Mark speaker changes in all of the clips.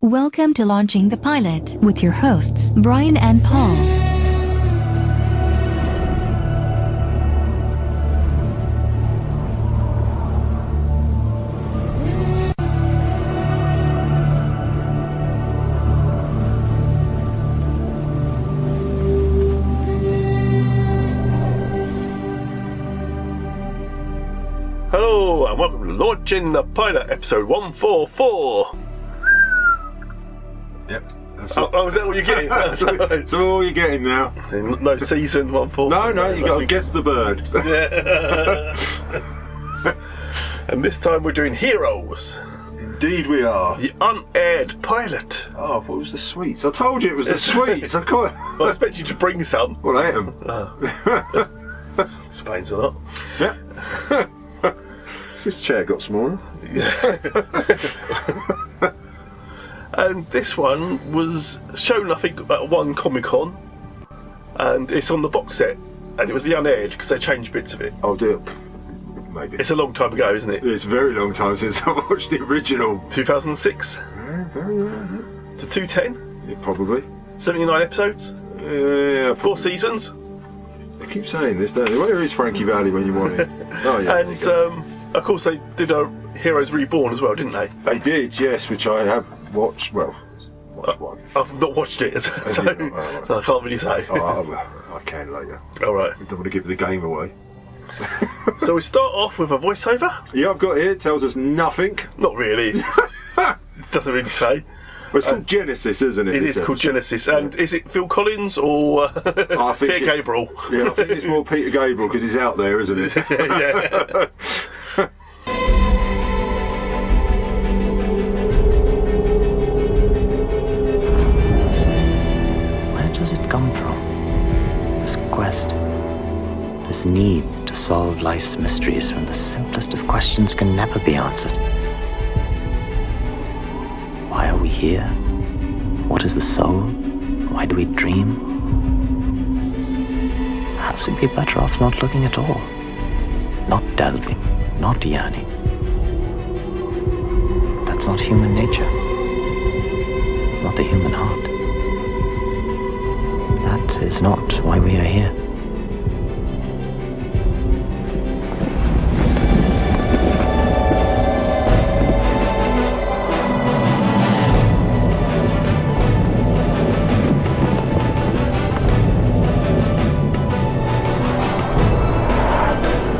Speaker 1: Welcome to Launching the Pilot with your hosts, Brian and Paul.
Speaker 2: Hello, and welcome to Launching the Pilot, episode 144.
Speaker 3: Yep. That's
Speaker 2: Oh,
Speaker 3: it.
Speaker 2: oh, is that what you're getting? That's right.
Speaker 3: So all you're getting now.
Speaker 2: no, season 144.
Speaker 3: No, no, you got to guess the bird.
Speaker 2: And this time we're doing Heroes,
Speaker 3: Indeed, we are.
Speaker 2: the unaired pilot.
Speaker 3: Oh, I thought it was the sweets. I told you it was the sweets. I quite.
Speaker 2: I expect you to bring some.
Speaker 3: Well, I ate 'em.
Speaker 2: Explains a lot.
Speaker 3: Yep. Has this chair got smaller?
Speaker 2: And this one was shown, I think, at one Comic Con, and it's on the box set. And it was the unaired because they changed bits of it.
Speaker 3: I'll do it. Maybe.
Speaker 2: It's a long time ago, isn't it?
Speaker 3: It's a very long time since I watched the original.
Speaker 2: 2006
Speaker 3: Very, very long.
Speaker 2: to 210,
Speaker 3: Yeah, probably.
Speaker 2: 79 episodes,
Speaker 3: Yeah,
Speaker 2: four seasons.
Speaker 3: I keep saying this, don't you? Where is Frankie Valley when you want him? Oh, yeah. there you
Speaker 2: And
Speaker 3: go.
Speaker 2: um, of course, they did a Heroes Reborn as well, didn't they?
Speaker 3: They did, yes, which I have watched. Well, watched one.
Speaker 2: I've not watched it, so,
Speaker 3: you? Alright.
Speaker 2: so I can't really say.
Speaker 3: Oh, I, I can later.
Speaker 2: All right.
Speaker 3: I don't want to give the game away.
Speaker 2: So we start off with a voiceover.
Speaker 3: Yeah, I've got here. Tells us nothing.
Speaker 2: Not really.
Speaker 3: Ha!
Speaker 2: Doesn't really say.
Speaker 3: Well, it's called Genesis, isn't it?
Speaker 2: Uh, It
Speaker 3: this
Speaker 2: is called
Speaker 3: episode?
Speaker 2: Genesis, and is it Phil Collins or
Speaker 3: I
Speaker 2: uh, Peter
Speaker 3: think it-
Speaker 2: Gabriel?
Speaker 3: Yeah, I think it's more Peter Gabriel because he's out there, isn't it?
Speaker 2: yeah.
Speaker 4: Where does it come from? This quest. This need to solve life's mysteries when the simplest of questions can never be answered. Why are we here? What is the soul? Why do we dream? Perhaps we'd be better off not looking at all. Not delving, not yearning. That's not human nature. Not the human heart. That is not why we are here.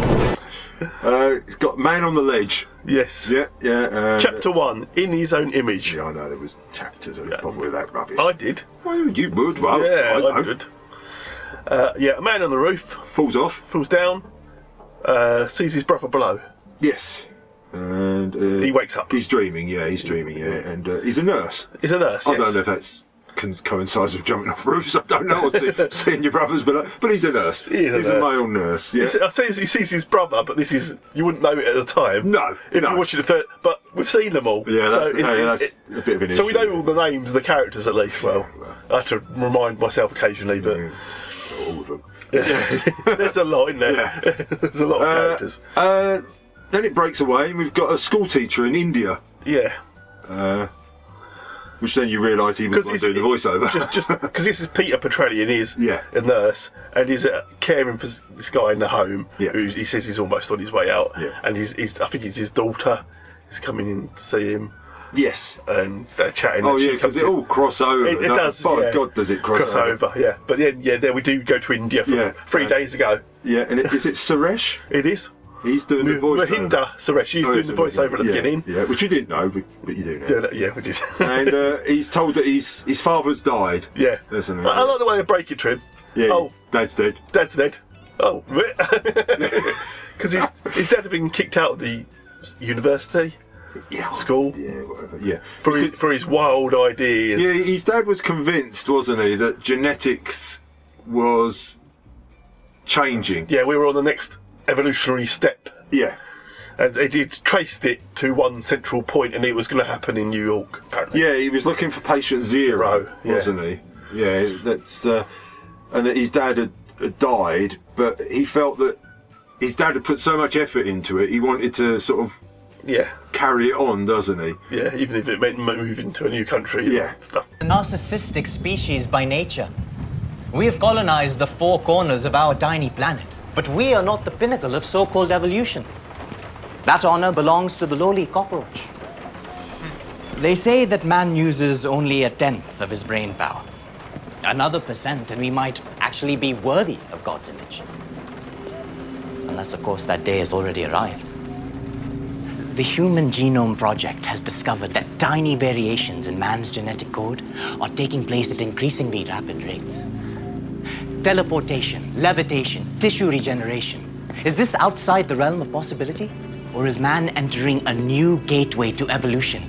Speaker 3: uh, it's got Man on the Ledge.
Speaker 2: Yes.
Speaker 3: Yeah, yeah. Uh,
Speaker 2: Chapter one, in his own image.
Speaker 3: Yeah, I know there was chapters of probably that rubbish.
Speaker 2: I did.
Speaker 3: well, you would, well,
Speaker 2: yeah,
Speaker 3: I
Speaker 2: I,
Speaker 3: know.
Speaker 2: did. Uh, yeah, a man on the roof
Speaker 3: Falls off.
Speaker 2: falls down, uh, sees his brother below.
Speaker 3: Yes. And uh,
Speaker 2: He wakes up.
Speaker 3: He's dreaming. Yeah, he's dreaming. Yeah, and uh, he's a nurse.
Speaker 2: He's a nurse.
Speaker 3: I
Speaker 2: yes.
Speaker 3: don't know if that's con- coincides with jumping off roofs. I don't know. Or see, seeing your brothers, but but he's a nurse.
Speaker 2: He is a
Speaker 3: he's
Speaker 2: nurse.
Speaker 3: male nurse. Yeah.
Speaker 2: He se- I say he sees his brother, but this is you wouldn't know it at the time.
Speaker 3: No,
Speaker 2: if
Speaker 3: no.
Speaker 2: you're watching the first, but we've seen them all.
Speaker 3: Yeah, that's,
Speaker 2: so
Speaker 3: yeah,
Speaker 2: it-
Speaker 3: that's
Speaker 2: it-
Speaker 3: a bit of an
Speaker 2: so we
Speaker 3: issue.
Speaker 2: know all the names of the characters at least. Well, I have to remind myself occasionally, but
Speaker 3: all of them.
Speaker 2: there's a lot in there.
Speaker 3: Yeah.
Speaker 2: there's a lot of
Speaker 3: Uh,
Speaker 2: characters.
Speaker 3: uh, then it breaks away, and we've got a school teacher in India,
Speaker 2: Yeah,
Speaker 3: which then you realise he was
Speaker 2: 'Cause
Speaker 3: the one
Speaker 2: he's-
Speaker 3: doing the voiceover.
Speaker 2: just just because this is Peter Petrelli and he's
Speaker 3: Yeah.
Speaker 2: a nurse and he's uh, caring for s- this guy in the home
Speaker 3: Yeah.
Speaker 2: who he says he's almost on his way out,
Speaker 3: Yeah.
Speaker 2: and he's, he's I think it's his daughter is coming in to see him.
Speaker 3: yes.
Speaker 2: And they're chatting.
Speaker 3: Oh
Speaker 2: and she
Speaker 3: yeah, because
Speaker 2: comes
Speaker 3: it
Speaker 2: in.
Speaker 3: all cross over.
Speaker 2: It, it
Speaker 3: don't-
Speaker 2: does.
Speaker 3: By
Speaker 2: yeah.
Speaker 3: God, does it cross, over?
Speaker 2: Yeah, but then yeah, there we do go to India for
Speaker 3: Yeah.
Speaker 2: three days ago.
Speaker 3: Yeah, and it, is it Suresh?
Speaker 2: It is.
Speaker 3: He's doing the voiceover.
Speaker 2: Mahinda Suresh, he's
Speaker 3: Oh,
Speaker 2: doing
Speaker 3: it's
Speaker 2: the voiceover at the
Speaker 3: yeah,
Speaker 2: beginning.
Speaker 3: Yeah, which you didn't know, but, but you do now.
Speaker 2: Yeah, that- yeah, Oh. we did.
Speaker 3: and uh, he's told that his his father's died.
Speaker 2: yeah,
Speaker 3: Isn't it?
Speaker 2: I, I like the way they break it to him.
Speaker 3: uh, yeah.
Speaker 2: Oh,
Speaker 3: Dad's dead.
Speaker 2: dad's dead. Oh, because his his dad had been kicked out of the university
Speaker 3: Yeah.
Speaker 2: school
Speaker 3: Yeah, whatever. Yeah.
Speaker 2: for his, for his wild ideas.
Speaker 3: Yeah, his dad was convinced, wasn't he, that genetics was changing.
Speaker 2: Yeah, we were on the next evolutionary step.
Speaker 3: Yeah.
Speaker 2: And they did traced it to one central point, and it was going to happen in New York, apparently.
Speaker 3: Yeah, he was looking for patient zero,
Speaker 2: Yeah.
Speaker 3: wasn't he? Yeah, that's uh, and that his dad had, had died, but he felt that his dad had put so much effort into it, he wanted to sort of
Speaker 2: Yeah.
Speaker 3: carry it on, doesn't he?
Speaker 2: Yeah, even if it meant moving to a new country. and
Speaker 3: Yeah.
Speaker 2: Stuff.
Speaker 5: a narcissistic species by nature. We have colonized the four corners of our tiny planet, but we are not the pinnacle of so called evolution. That honor belongs to the lowly cockroach. They say that man uses only a tenth of his brain power. Another percent, and we might actually be worthy of God's image. Unless, of course, that day has already arrived. The Human Genome Project has discovered that tiny variations in man's genetic code are taking place at increasingly rapid rates. Teleportation, levitation, tissue regeneration. Is this outside the realm of possibility? Or is man entering a new gateway to evolution?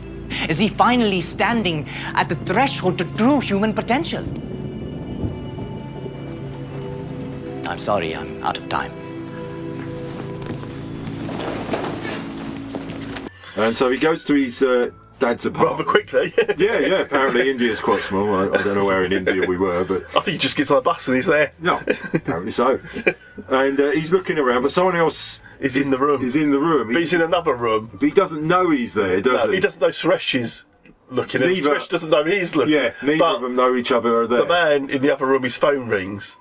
Speaker 5: Is he finally standing at the threshold to true human potential? I'm sorry, I'm out of time.
Speaker 3: And so he goes to his uh, dad's
Speaker 2: Rather
Speaker 3: apartment.
Speaker 2: quickly.
Speaker 3: Yeah, yeah. Apparently India's quite small. I, I don't know where in India we were, but
Speaker 2: I think he just gets on a bus and he's there.
Speaker 3: no, apparently so. And uh, he's looking around, but someone else
Speaker 2: He's in the room.
Speaker 3: is in the room.
Speaker 2: But
Speaker 3: He,
Speaker 2: he's in another room.
Speaker 3: he doesn't know he's there, does
Speaker 2: No,
Speaker 3: he?
Speaker 2: he doesn't know Suresh is looking at him.
Speaker 3: Neither-
Speaker 2: Suresh doesn't know he's looking.
Speaker 3: Yeah, neither
Speaker 2: but
Speaker 3: of them know each other are there.
Speaker 2: The man in the other room, his phone rings.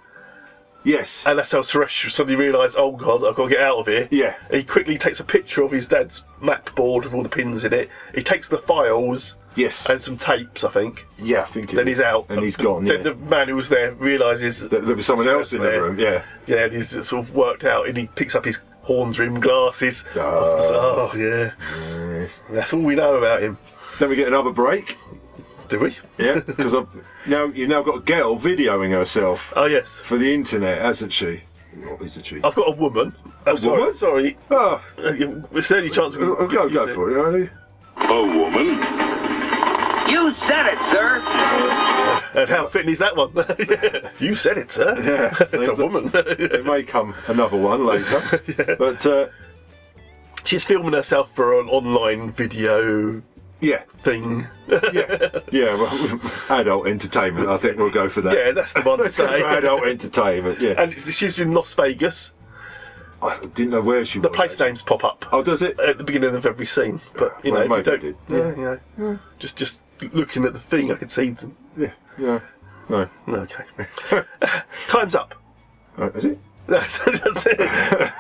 Speaker 3: yes.
Speaker 2: And that's how Suresh suddenly realised, oh god, I've got to get out of here.
Speaker 3: Yeah.
Speaker 2: He quickly takes a picture of his dad's map board with all the pins in it. He takes the files
Speaker 3: yes.
Speaker 2: and some tapes, I think.
Speaker 3: yeah, I think. it
Speaker 2: Then
Speaker 3: is.
Speaker 2: he's out.
Speaker 3: And he's gone.
Speaker 2: Then
Speaker 3: yeah.
Speaker 2: the man who was there realises
Speaker 3: That there was someone else in the
Speaker 2: there.
Speaker 3: room. Yeah.
Speaker 2: Yeah, and he's sort of worked out and he picks up his horns rimmed glasses.
Speaker 3: Ah.
Speaker 2: oh, yeah.
Speaker 3: Yes.
Speaker 2: That's all we know about him.
Speaker 3: Then we get another break.
Speaker 2: Do we?
Speaker 3: Yeah, because I've now you've now got a girl videoing herself
Speaker 2: Oh, yes.
Speaker 3: for the internet, hasn't she? Or isn't she?
Speaker 2: I've got a woman. Oh, sorry,
Speaker 3: woman?
Speaker 2: Sorry.
Speaker 3: Oh,
Speaker 2: Uh, you- It's the only chance we
Speaker 3: go, go go for it. eh?
Speaker 6: A woman?
Speaker 7: You said it, sir.
Speaker 2: And how fitting is that one? you said it, sir.
Speaker 3: Yeah.
Speaker 2: it's a woman.
Speaker 3: There may come another one later, but uh,
Speaker 2: She's filming herself for an online video
Speaker 3: yeah,
Speaker 2: thing.
Speaker 3: yeah, yeah. Well, adult entertainment. I think we'll go for that.
Speaker 2: Yeah, that's the one to
Speaker 3: Let's go for
Speaker 2: say.
Speaker 3: adult entertainment. Yeah,
Speaker 2: And she's in Las Vegas.
Speaker 3: I didn't know where she
Speaker 2: The
Speaker 3: was.
Speaker 2: place Uh,
Speaker 3: actually.
Speaker 2: names pop up
Speaker 3: Oh, does it?
Speaker 2: at the beginning of every scene, but you know,
Speaker 3: Well,
Speaker 2: if you don't,
Speaker 3: maybe it
Speaker 2: yeah, you know, just just looking at the thing, I could see them.
Speaker 3: Yeah, yeah. No,
Speaker 2: Okay, time's up.
Speaker 3: Oh, is it?
Speaker 2: That's, that's it.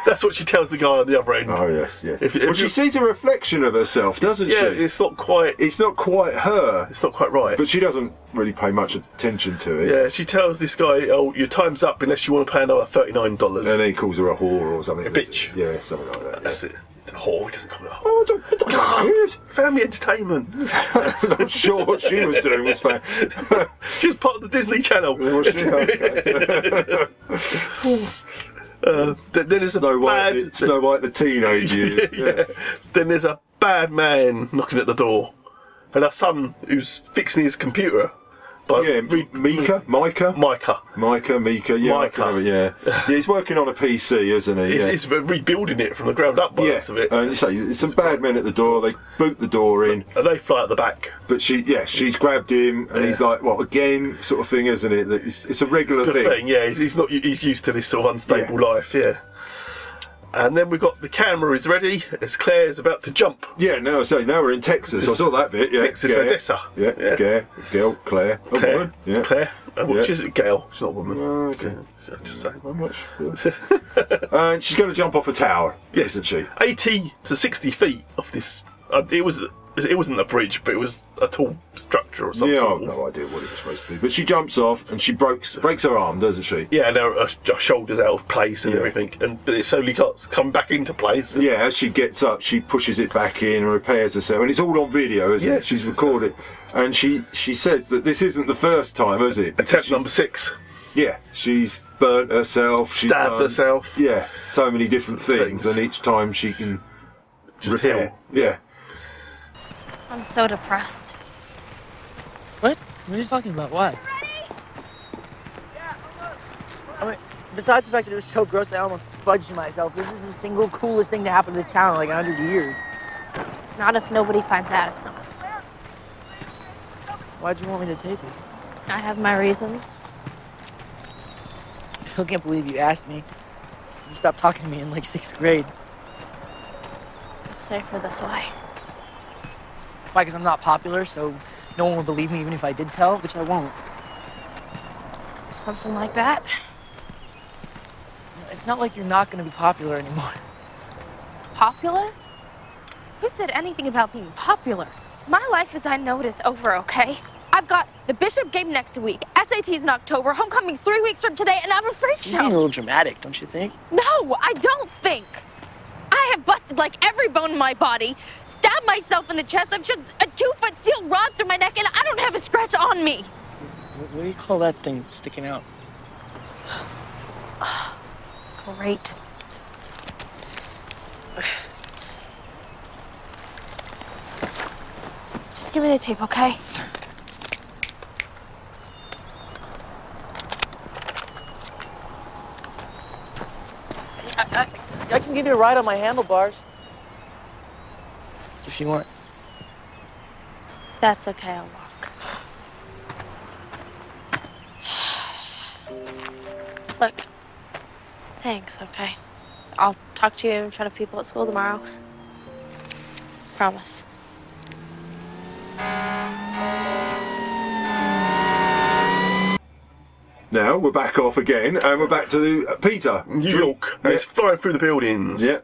Speaker 2: That's what she tells the guy on the other end.
Speaker 3: Oh yes, yes.
Speaker 2: If- if
Speaker 3: well, she
Speaker 2: you-
Speaker 3: sees a reflection of herself, doesn't
Speaker 2: yeah,
Speaker 3: she?
Speaker 2: it's not quite.
Speaker 3: It's not quite her.
Speaker 2: It's not quite right.
Speaker 3: But she doesn't really pay much attention to it.
Speaker 2: Yeah, she tells this guy, "Oh, your time's up unless you want to pay another thirty-nine dollars."
Speaker 3: And then he calls her a whore or something.
Speaker 2: A bitch.
Speaker 3: Yeah, something like that. yeah.
Speaker 2: That's it. The whore. He doesn't call it a whore.
Speaker 3: Oh, I don't, I don't know.
Speaker 2: Family entertainment.
Speaker 3: I'm not sure what she was doing was fine.
Speaker 2: She was part of the Disney Channel.
Speaker 3: Was she? uh, Okay.
Speaker 2: Uh, th- then there's a
Speaker 3: Snow White,
Speaker 2: bad.
Speaker 3: Snow White, the teenage years.
Speaker 2: yeah. Then there's a bad man knocking at the door, and our son who's fixing his computer. By
Speaker 3: Yeah,
Speaker 2: re-
Speaker 3: Mika, Micah,
Speaker 2: Micah.
Speaker 3: Micah, Mika, yeah, I can
Speaker 2: Micah.
Speaker 3: remember, yeah. yeah, he's working on a PC, isn't he?
Speaker 2: He's,
Speaker 3: Yeah,
Speaker 2: he's rebuilding it from the ground up by the
Speaker 3: yeah.
Speaker 2: looks of it.
Speaker 3: And you say there's some bad men at the door. They boot the door in,
Speaker 2: and they fly out the back.
Speaker 3: but she, yeah, she's grabbed him, and he's
Speaker 2: Yeah.
Speaker 3: like, "What again?" Sort of thing, isn't it? That It's, it's a regular
Speaker 2: The
Speaker 3: thing.
Speaker 2: thing, yeah, he's, he's not. He's used to this sort of unstable
Speaker 3: Yeah.
Speaker 2: life, yeah. And then we've got the camera is ready as Claire's about to jump.
Speaker 3: Yeah, no, so now we're in Texas. I saw that bit. Yeah,
Speaker 2: Texas,
Speaker 3: Gare.
Speaker 2: Odessa.
Speaker 3: Yeah,
Speaker 2: Yeah.
Speaker 3: yeah. Gare, Gail, Claire, a
Speaker 2: Claire,
Speaker 3: woman. Yeah.
Speaker 2: Claire, uh, well,
Speaker 3: Yeah.
Speaker 2: she's Gail. She's not a woman.
Speaker 3: Okay.
Speaker 2: So I'm just saying.
Speaker 3: I'm not sure. and she's going to jump off a tower,
Speaker 2: Yes,
Speaker 3: isn't she?
Speaker 2: 80 to 60 feet of this. Uh, it was. It wasn't a bridge, but it was a tall structure or something.
Speaker 3: yeah, I've no idea what it was supposed to be. But she jumps off and she breaks breaks her arm, doesn't she?
Speaker 2: Yeah, and her, her shoulders out of place and
Speaker 3: Yeah.
Speaker 2: everything, and but it slowly cuts, come back into place.
Speaker 3: Yeah, as she gets up, she pushes it back in and repairs herself. And it's all on video, isn't
Speaker 2: Yeah,
Speaker 3: it? She's
Speaker 2: it's-
Speaker 3: recorded. And she, she says that this isn't the first time, is it?
Speaker 2: Attempt
Speaker 3: She-
Speaker 2: number six.
Speaker 3: Yeah, she's burnt herself. She's
Speaker 2: Stabbed
Speaker 3: done-
Speaker 2: herself.
Speaker 3: Yeah, so many different things,
Speaker 2: Things.
Speaker 3: and each time she can
Speaker 2: Just
Speaker 3: repair.
Speaker 2: heal.
Speaker 3: Yeah.
Speaker 8: I'm so depressed.
Speaker 9: What? What are you talking about? What? I mean, besides the fact that it was so gross that I almost fudged myself, this is the single coolest thing to happen to this town in like 100 years.
Speaker 8: Not if nobody finds out it's not.
Speaker 9: Why'd you want me to tape it?
Speaker 8: I have my reasons.
Speaker 9: Still can't believe you asked me. You stopped talking to me in like sixth grade.
Speaker 8: It's safer this way.
Speaker 9: Why? Because I'm not popular, so no one will believe me even if I did tell, which I won't.
Speaker 8: Something like that.
Speaker 9: It's not like you're not going to be popular anymore.
Speaker 8: Popular? Who said anything about being popular? My life as I know it is over, okay? I've got the Bishop game next week, SATs in October, homecoming's three weeks from today, and I'm a freak
Speaker 9: You're being a
Speaker 8: show.
Speaker 9: little dramatic, don't you think?
Speaker 8: No, I don't think. I have busted like every bone in my body, stabbed myself in the chest, I've shoved a two foot steel rod through my neck, and I don't have a scratch on me.
Speaker 9: What, what do you call that thing sticking out?
Speaker 8: Great. Just give me the tape, okay?
Speaker 9: I, I, I can give you a ride on my handlebars. If you want.
Speaker 8: That's okay, I'll walk. Look, thanks, okay? I'll talk to you in front of people at school tomorrow. Promise.
Speaker 3: Now we're back off again, and we're back to uh, Peter.
Speaker 2: New York. And
Speaker 3: Yeah.
Speaker 2: He's flying through the buildings.
Speaker 3: Yeah.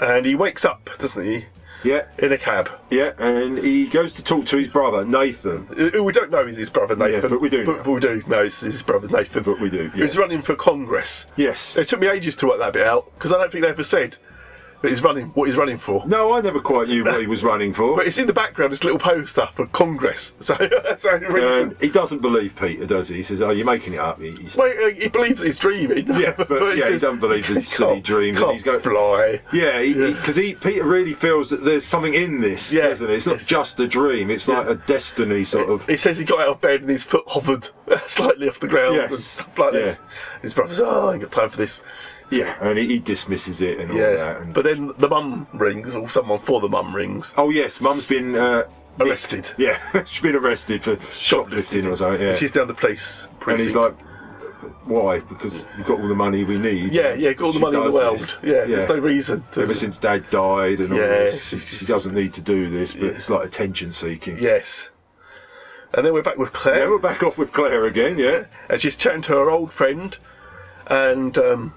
Speaker 2: And he wakes up, doesn't he?
Speaker 3: Yeah,
Speaker 2: In a cab.
Speaker 3: yeah, and he goes to talk to his brother Nathan.
Speaker 2: Who Uh, we don't know is his brother Nathan.
Speaker 3: but we do
Speaker 2: But,
Speaker 3: now.
Speaker 2: but we do know it's his brother Nathan.
Speaker 3: But we do,
Speaker 2: He's
Speaker 3: yeah.
Speaker 2: running for Congress.
Speaker 3: Yes.
Speaker 2: It took me ages to work that bit out because I don't think they ever said that he's running what he's running for.
Speaker 3: No, I never quite knew what he was running for.
Speaker 2: But it's in the background, this little poster for Congress. So that's the only reason.
Speaker 3: And Um, he doesn't believe Peter, does he? He says, "Oh, you're making it up." He, he says,
Speaker 2: Well, uh, he believes he's dreaming.
Speaker 3: Yeah, but- yeah, he doesn't believe his silly
Speaker 2: can't-
Speaker 3: dreams, and
Speaker 2: Can't
Speaker 3: he's going-
Speaker 2: fly.
Speaker 3: yeah,
Speaker 2: Yeah.
Speaker 3: because he, Peter really feels that there's something in this,
Speaker 2: Yeah.
Speaker 3: doesn't he? It's not
Speaker 2: Yes.
Speaker 3: just a dream; it's like
Speaker 2: Yeah.
Speaker 3: a destiny sort of.
Speaker 2: He says he got out of bed and his foot hovered slightly off the ground and
Speaker 3: Yes.
Speaker 2: stuff like this.
Speaker 3: Yeah.
Speaker 2: His brother's, oh, I ain't got time for this.
Speaker 3: Yeah, and he, he dismisses it and all that.
Speaker 2: Yeah.
Speaker 3: And,
Speaker 2: But then the mum rings, or someone for the mum rings.
Speaker 3: oh yes, Mum's been uh, nicked.
Speaker 2: Arrested.
Speaker 3: Yeah, she's been arrested for shoplifting or something. Yeah,
Speaker 2: She's down the police
Speaker 3: and
Speaker 2: precinct.
Speaker 3: he's like, "Why? Because we've got all the money we need."
Speaker 2: yeah, yeah, got all the
Speaker 3: She
Speaker 2: money in the
Speaker 3: does
Speaker 2: world.
Speaker 3: this.
Speaker 2: Yeah, there's no reason. To,
Speaker 3: Ever since Dad died and all
Speaker 2: Yeah,
Speaker 3: this, she,
Speaker 2: she's
Speaker 3: she
Speaker 2: just-
Speaker 3: doesn't need to do this, but it's like attention seeking.
Speaker 2: Yes. And then we're back with Claire.
Speaker 3: Yeah, we're back off with Claire again, yeah.
Speaker 2: and she's chatting to her old friend. And um,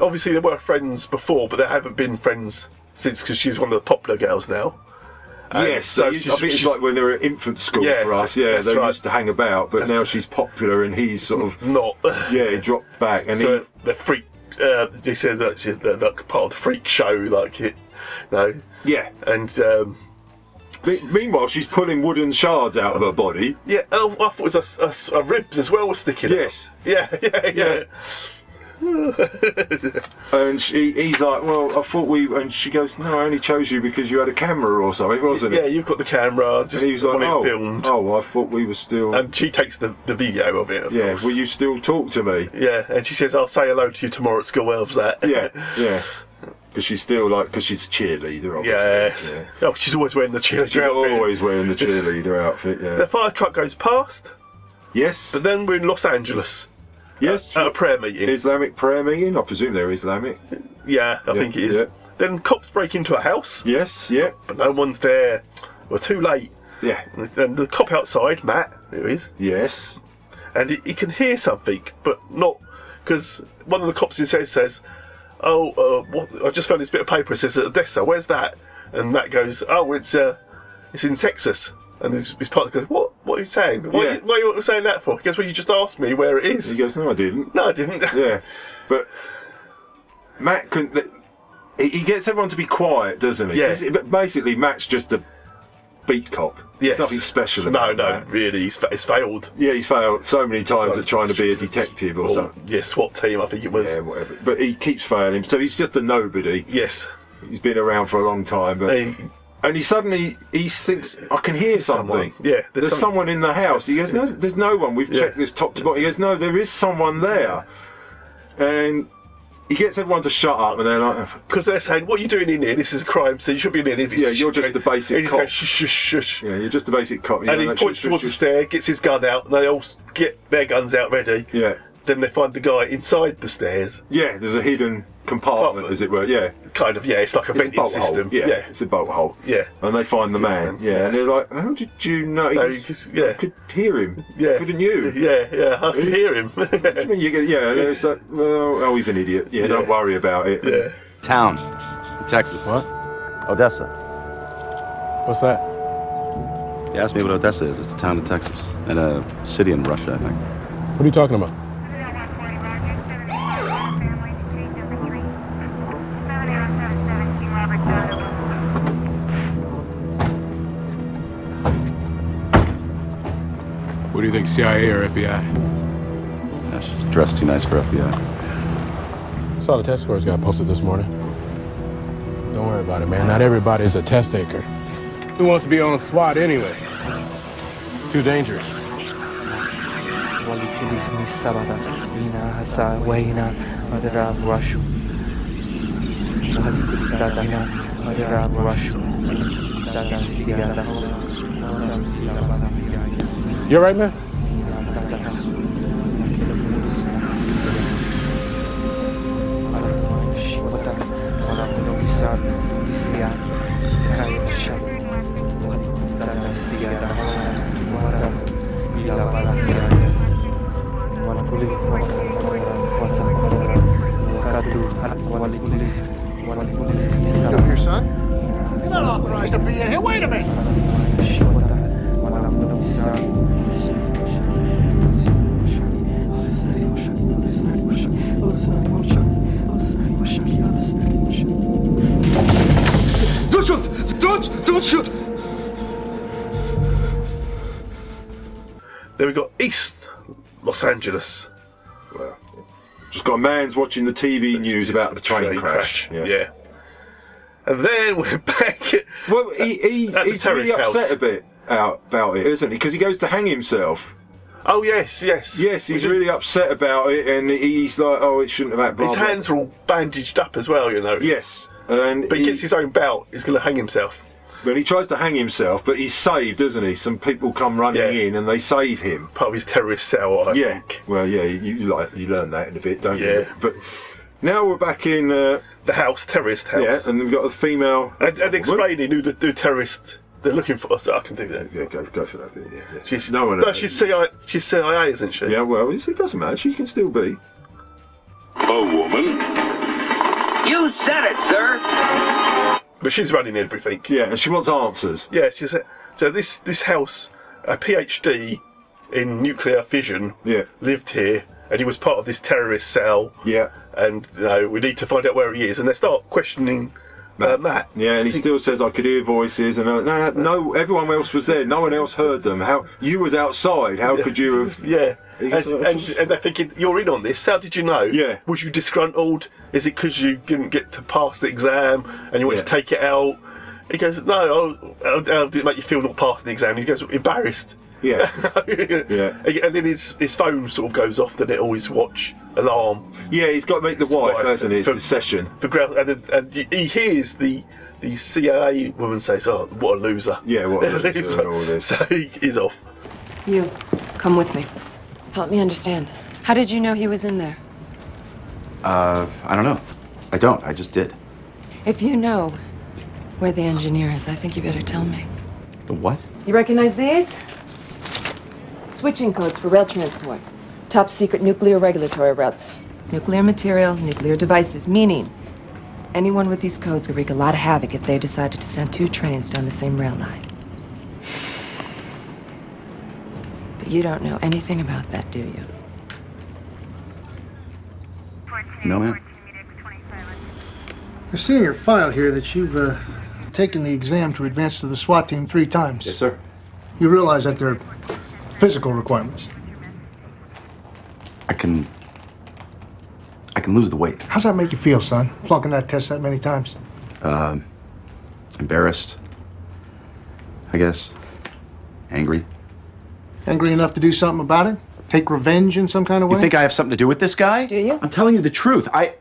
Speaker 2: obviously, they were friends before, but they haven't been friends since because she's one of the popular girls now. And
Speaker 3: yes, so
Speaker 2: Um, she's-
Speaker 3: I think it's
Speaker 2: she's
Speaker 3: like when they were at infant school
Speaker 2: Yeah,
Speaker 3: for us, yeah,
Speaker 2: that's
Speaker 3: they
Speaker 2: right.
Speaker 3: used to hang about, but now she's popular and he's sort of,
Speaker 2: not.
Speaker 3: yeah, he dropped back. And
Speaker 2: so the freak. Uh, they said that she's they're like part of the freak show, like it. No,
Speaker 3: he, yeah.
Speaker 2: and um,
Speaker 3: Me- meanwhile, she's pulling wooden shards out of her body.
Speaker 2: yeah, oh, I thought it was a, s- a s- a ribs as well was sticking. out.
Speaker 3: Yes.
Speaker 2: Yeah, yeah, yeah.
Speaker 3: And she, he's like, well, I thought we, and she goes, no, I only chose you because you had a camera or something, wasn't
Speaker 2: Yeah,
Speaker 3: it?
Speaker 2: you've got the camera, just
Speaker 3: And he's like,
Speaker 2: want it
Speaker 3: oh,
Speaker 2: filmed.
Speaker 3: oh, I thought we were still,
Speaker 2: And she takes the, the video of it. Of
Speaker 3: yeah,
Speaker 2: course.
Speaker 3: will you still talk to me?
Speaker 2: Yeah, and she says, "I'll say hello to you tomorrow at school." Elves that.
Speaker 3: Yeah, yeah. Because she's still like, because she's a cheerleader, obviously.
Speaker 2: yes.
Speaker 3: Yeah.
Speaker 2: Oh, she's always wearing the
Speaker 3: She's
Speaker 2: cheerleader outfit.
Speaker 3: always wearing the cheerleader outfit,
Speaker 2: The
Speaker 3: yeah.
Speaker 2: fire truck goes past,
Speaker 3: Yes,
Speaker 2: but then we're in Los Angeles
Speaker 3: yes.
Speaker 2: at a prayer meeting.
Speaker 3: Islamic prayer meeting. I presume they're Islamic.
Speaker 2: yeah, I
Speaker 3: Yeah,
Speaker 2: think it is.
Speaker 3: yeah.
Speaker 2: Then cops break into a house,
Speaker 3: Yes, yeah,
Speaker 2: but no one's there. We're too late.
Speaker 3: yeah,
Speaker 2: And the cop outside, Matt, who is,
Speaker 3: yes,
Speaker 2: and he, he can hear something, but not because one of the cops he says says, "Oh, uh, what, I just found this bit of paper. It says Odessa. Where's that?" And that goes, "Oh, it's uh, it's in Texas." And his, his partner goes, "What? What are you saying? Why,
Speaker 3: Yeah.
Speaker 2: are you, why are you saying that for?" He goes, "Well, you just asked me where it
Speaker 3: He
Speaker 2: is."
Speaker 3: goes, no, I didn't.
Speaker 2: No, I didn't.
Speaker 3: Yeah, but Matt can. th- He he gets everyone to be quiet, doesn't he?
Speaker 2: Yeah.
Speaker 3: 'Cause it- But basically, Matt's just a beat cop.
Speaker 2: Yes.
Speaker 3: There's nothing special
Speaker 2: No,
Speaker 3: about
Speaker 2: no,
Speaker 3: Matt.
Speaker 2: really, he's, fa- he's failed.
Speaker 3: Yeah, he's failed so many times at trying to be a detective or
Speaker 2: Or,
Speaker 3: something.
Speaker 2: yeah, SWAT team, I think it was.
Speaker 3: Yeah, whatever. But he keeps failing, so he's just a nobody.
Speaker 2: Yes.
Speaker 3: He's been around for a long time, but
Speaker 2: Hey,
Speaker 3: and he suddenly he thinks I can hear something.
Speaker 2: someone. Yeah,
Speaker 3: there's,
Speaker 2: there's some-
Speaker 3: someone in the house. He goes, no, there's no one. We've
Speaker 2: Yeah.
Speaker 3: checked this top to bottom. He goes, no, there is someone there, and he gets everyone to shut up, and they're like, "Oh,
Speaker 2: because they're saying, "What are you doing in here? This is a crime scene. You should be in here." If it's
Speaker 3: Yeah, you're just a basic
Speaker 2: And he just
Speaker 3: cop.
Speaker 2: goes, "Shh, shh, shh."
Speaker 3: yeah, you're just a basic cop. You
Speaker 2: and
Speaker 3: know,
Speaker 2: he
Speaker 3: like,
Speaker 2: points
Speaker 3: shh, shh,
Speaker 2: towards the
Speaker 3: shh, shh.
Speaker 2: stair, gets his gun out, and they all s- get their guns out ready.
Speaker 3: Yeah,
Speaker 2: Then they find the guy inside the stairs.
Speaker 3: yeah. There's a hidden compartment,
Speaker 2: Compartment.
Speaker 3: as it were. Yeah,
Speaker 2: Kind of, yeah. It's like a
Speaker 3: it's a
Speaker 2: venting
Speaker 3: bolt
Speaker 2: system.
Speaker 3: hole. Yeah,
Speaker 2: yeah.
Speaker 3: it's a bolt hole.
Speaker 2: Yeah.
Speaker 3: and they find the man. Yeah, and they're like, "How did you know?
Speaker 2: No,
Speaker 3: was-
Speaker 2: you just- yeah.
Speaker 3: you could hear him.
Speaker 2: Yeah.
Speaker 3: couldn't you?
Speaker 2: Yeah, yeah. I can
Speaker 3: He's-
Speaker 2: hear him.
Speaker 3: I mean, you get, yeah, and it's like, well, oh, he's an idiot. Yeah, don't
Speaker 2: Yeah.
Speaker 3: worry about it.
Speaker 2: yeah.
Speaker 6: Town, Texas.
Speaker 10: What?
Speaker 6: Odessa.
Speaker 10: What's that?
Speaker 6: You asked me what Odessa is. It's a town in Texas and a city in Russia, I think.
Speaker 10: What are you talking about? What do you think, CIA or FBI?
Speaker 6: Yeah, she's dressed too nice for FBI.
Speaker 10: Saw the test scores got posted this morning. Don't worry about it, man. Not everybody's a test taker. Who wants to be on a SWAT anyway? Too dangerous. You all right, man?
Speaker 11: Your son? You're not authorized to be in here. Wait a minute. Don't shoot! Don't! Don't shoot!
Speaker 2: Then we got East Los Angeles.
Speaker 3: Well, just got a man's watching the TV news about the train, crash.
Speaker 2: Yeah. And then we're back. At,
Speaker 3: Well, he, he,
Speaker 2: At the
Speaker 3: he's really
Speaker 2: terrorist
Speaker 3: upset
Speaker 2: house.
Speaker 3: a bit out, about it, isn't he? Because he goes to hang himself.
Speaker 2: oh yes, yes.
Speaker 3: Yes, he's really upset about it, and he's like, "Oh, it shouldn't have happened." blah,
Speaker 2: His
Speaker 3: blah.
Speaker 2: hands are all bandaged up as well, you know.
Speaker 3: Yes, and
Speaker 2: But he
Speaker 3: he,
Speaker 2: gets his own belt. He's going to hang himself.
Speaker 3: when he tries to hang himself, but he's saved, doesn't he? Some people come running
Speaker 2: Yeah.
Speaker 3: in and they save him.
Speaker 2: Part of his terrorist cell. I
Speaker 3: Yeah.
Speaker 2: Think.
Speaker 3: Well, yeah, you you like you learn that in a bit, don't you?
Speaker 2: Yeah.
Speaker 3: But now we're back in. Uh,
Speaker 2: The house, terrorist house.
Speaker 3: yeah, and we've got a female.
Speaker 2: and, and explaining who the, the terrorist they're looking for. So I can do that.
Speaker 3: Yeah, go, go for that bit. Yeah, yeah.
Speaker 2: She's
Speaker 3: no one.
Speaker 2: No, she's CIA. She's CIA, isn't she?
Speaker 3: Yeah, well, it's- it doesn't matter. She can still be.
Speaker 7: A woman?
Speaker 11: You said it, sir.
Speaker 2: But she's running everything.
Speaker 3: Yeah, and she wants answers.
Speaker 2: Yeah, she's a, so this this house, a PhD in nuclear fission,
Speaker 3: Yeah.
Speaker 2: lived here, and he was part of this terrorist cell.
Speaker 3: Yeah.
Speaker 2: and you know we need to find out where he is, and they start questioning uh, Matt.
Speaker 3: Yeah, and he still says I could hear voices, and uh, no, no, everyone else was there. No one else heard them. How you was outside? How could you have?
Speaker 2: Yeah.
Speaker 3: He
Speaker 2: And,
Speaker 3: just-
Speaker 2: and, and they're thinking, you're in on this, how did you know?
Speaker 3: Yeah.
Speaker 2: Was you disgruntled? Is it because you didn't get to pass the exam and you want
Speaker 3: Yeah.
Speaker 2: to take it out? He goes, no, oh, how, how did it make you feel not passing the exam? He goes, embarrassed.
Speaker 3: Yeah.
Speaker 2: yeah. And then his, his phone sort of goes off, then it always watch alarm.
Speaker 3: Yeah, he's got to meet the wife,
Speaker 2: Wife,
Speaker 3: hasn't he? It's
Speaker 2: for-
Speaker 3: the session.
Speaker 2: For ground, and, then- and he hears the the CIA woman says, oh, what a loser.
Speaker 3: Yeah, what a loser and all this.
Speaker 2: So he, he's off.
Speaker 12: You, come with me.
Speaker 11: Help me understand.
Speaker 12: How did you know he was in there?
Speaker 6: Uh, I don't know. I don't. I just did.
Speaker 12: If you know where the engineer is, I think you better tell me.
Speaker 6: The what?
Speaker 12: You recognize these? Switching codes for rail transport. Top secret nuclear regulatory routes. Nuclear material, nuclear devices, meaning anyone with these codes could wreak a lot of havoc if they decided to send two trains down the same rail line. But you don't know anything about that, do you?
Speaker 6: No, ma'am.
Speaker 11: I see in your file here that you've uh, taken the exam to advance to the SWAT team three times.
Speaker 6: Yes, sir.
Speaker 11: You realize that they're physical requirements.
Speaker 6: I can. I can lose the weight.
Speaker 11: How's that make you feel, son? Flunking that test that many times.
Speaker 6: Embarrassed. I guess. Angry.
Speaker 11: Angry enough to do something about it? Take revenge in some kind of way?
Speaker 6: You think I have something to do with this guy? Do
Speaker 12: you?
Speaker 6: I'm telling you the truth. I.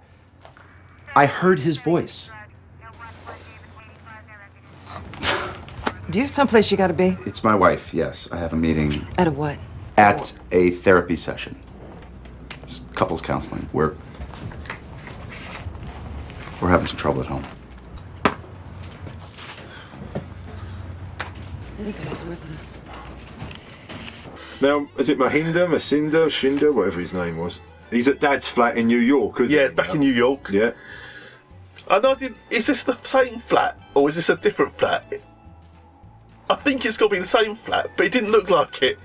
Speaker 6: I heard his voice.
Speaker 12: Do you have someplace you gotta be?
Speaker 6: It's my wife. Yes, I have a meeting
Speaker 12: At a what?
Speaker 6: at a therapy session. It's couples counseling. We're We're having some trouble at home.
Speaker 12: This guy's worthless.
Speaker 3: Now, is it Mahinda, Masinda, Shinda, whatever his name was? He's at Dad's flat in New York, isn't
Speaker 2: Yeah, back in New York.
Speaker 3: Yeah.
Speaker 2: And I did. Is this the same flat or is this a different flat? I think it's got to be the same flat, but it didn't look like it.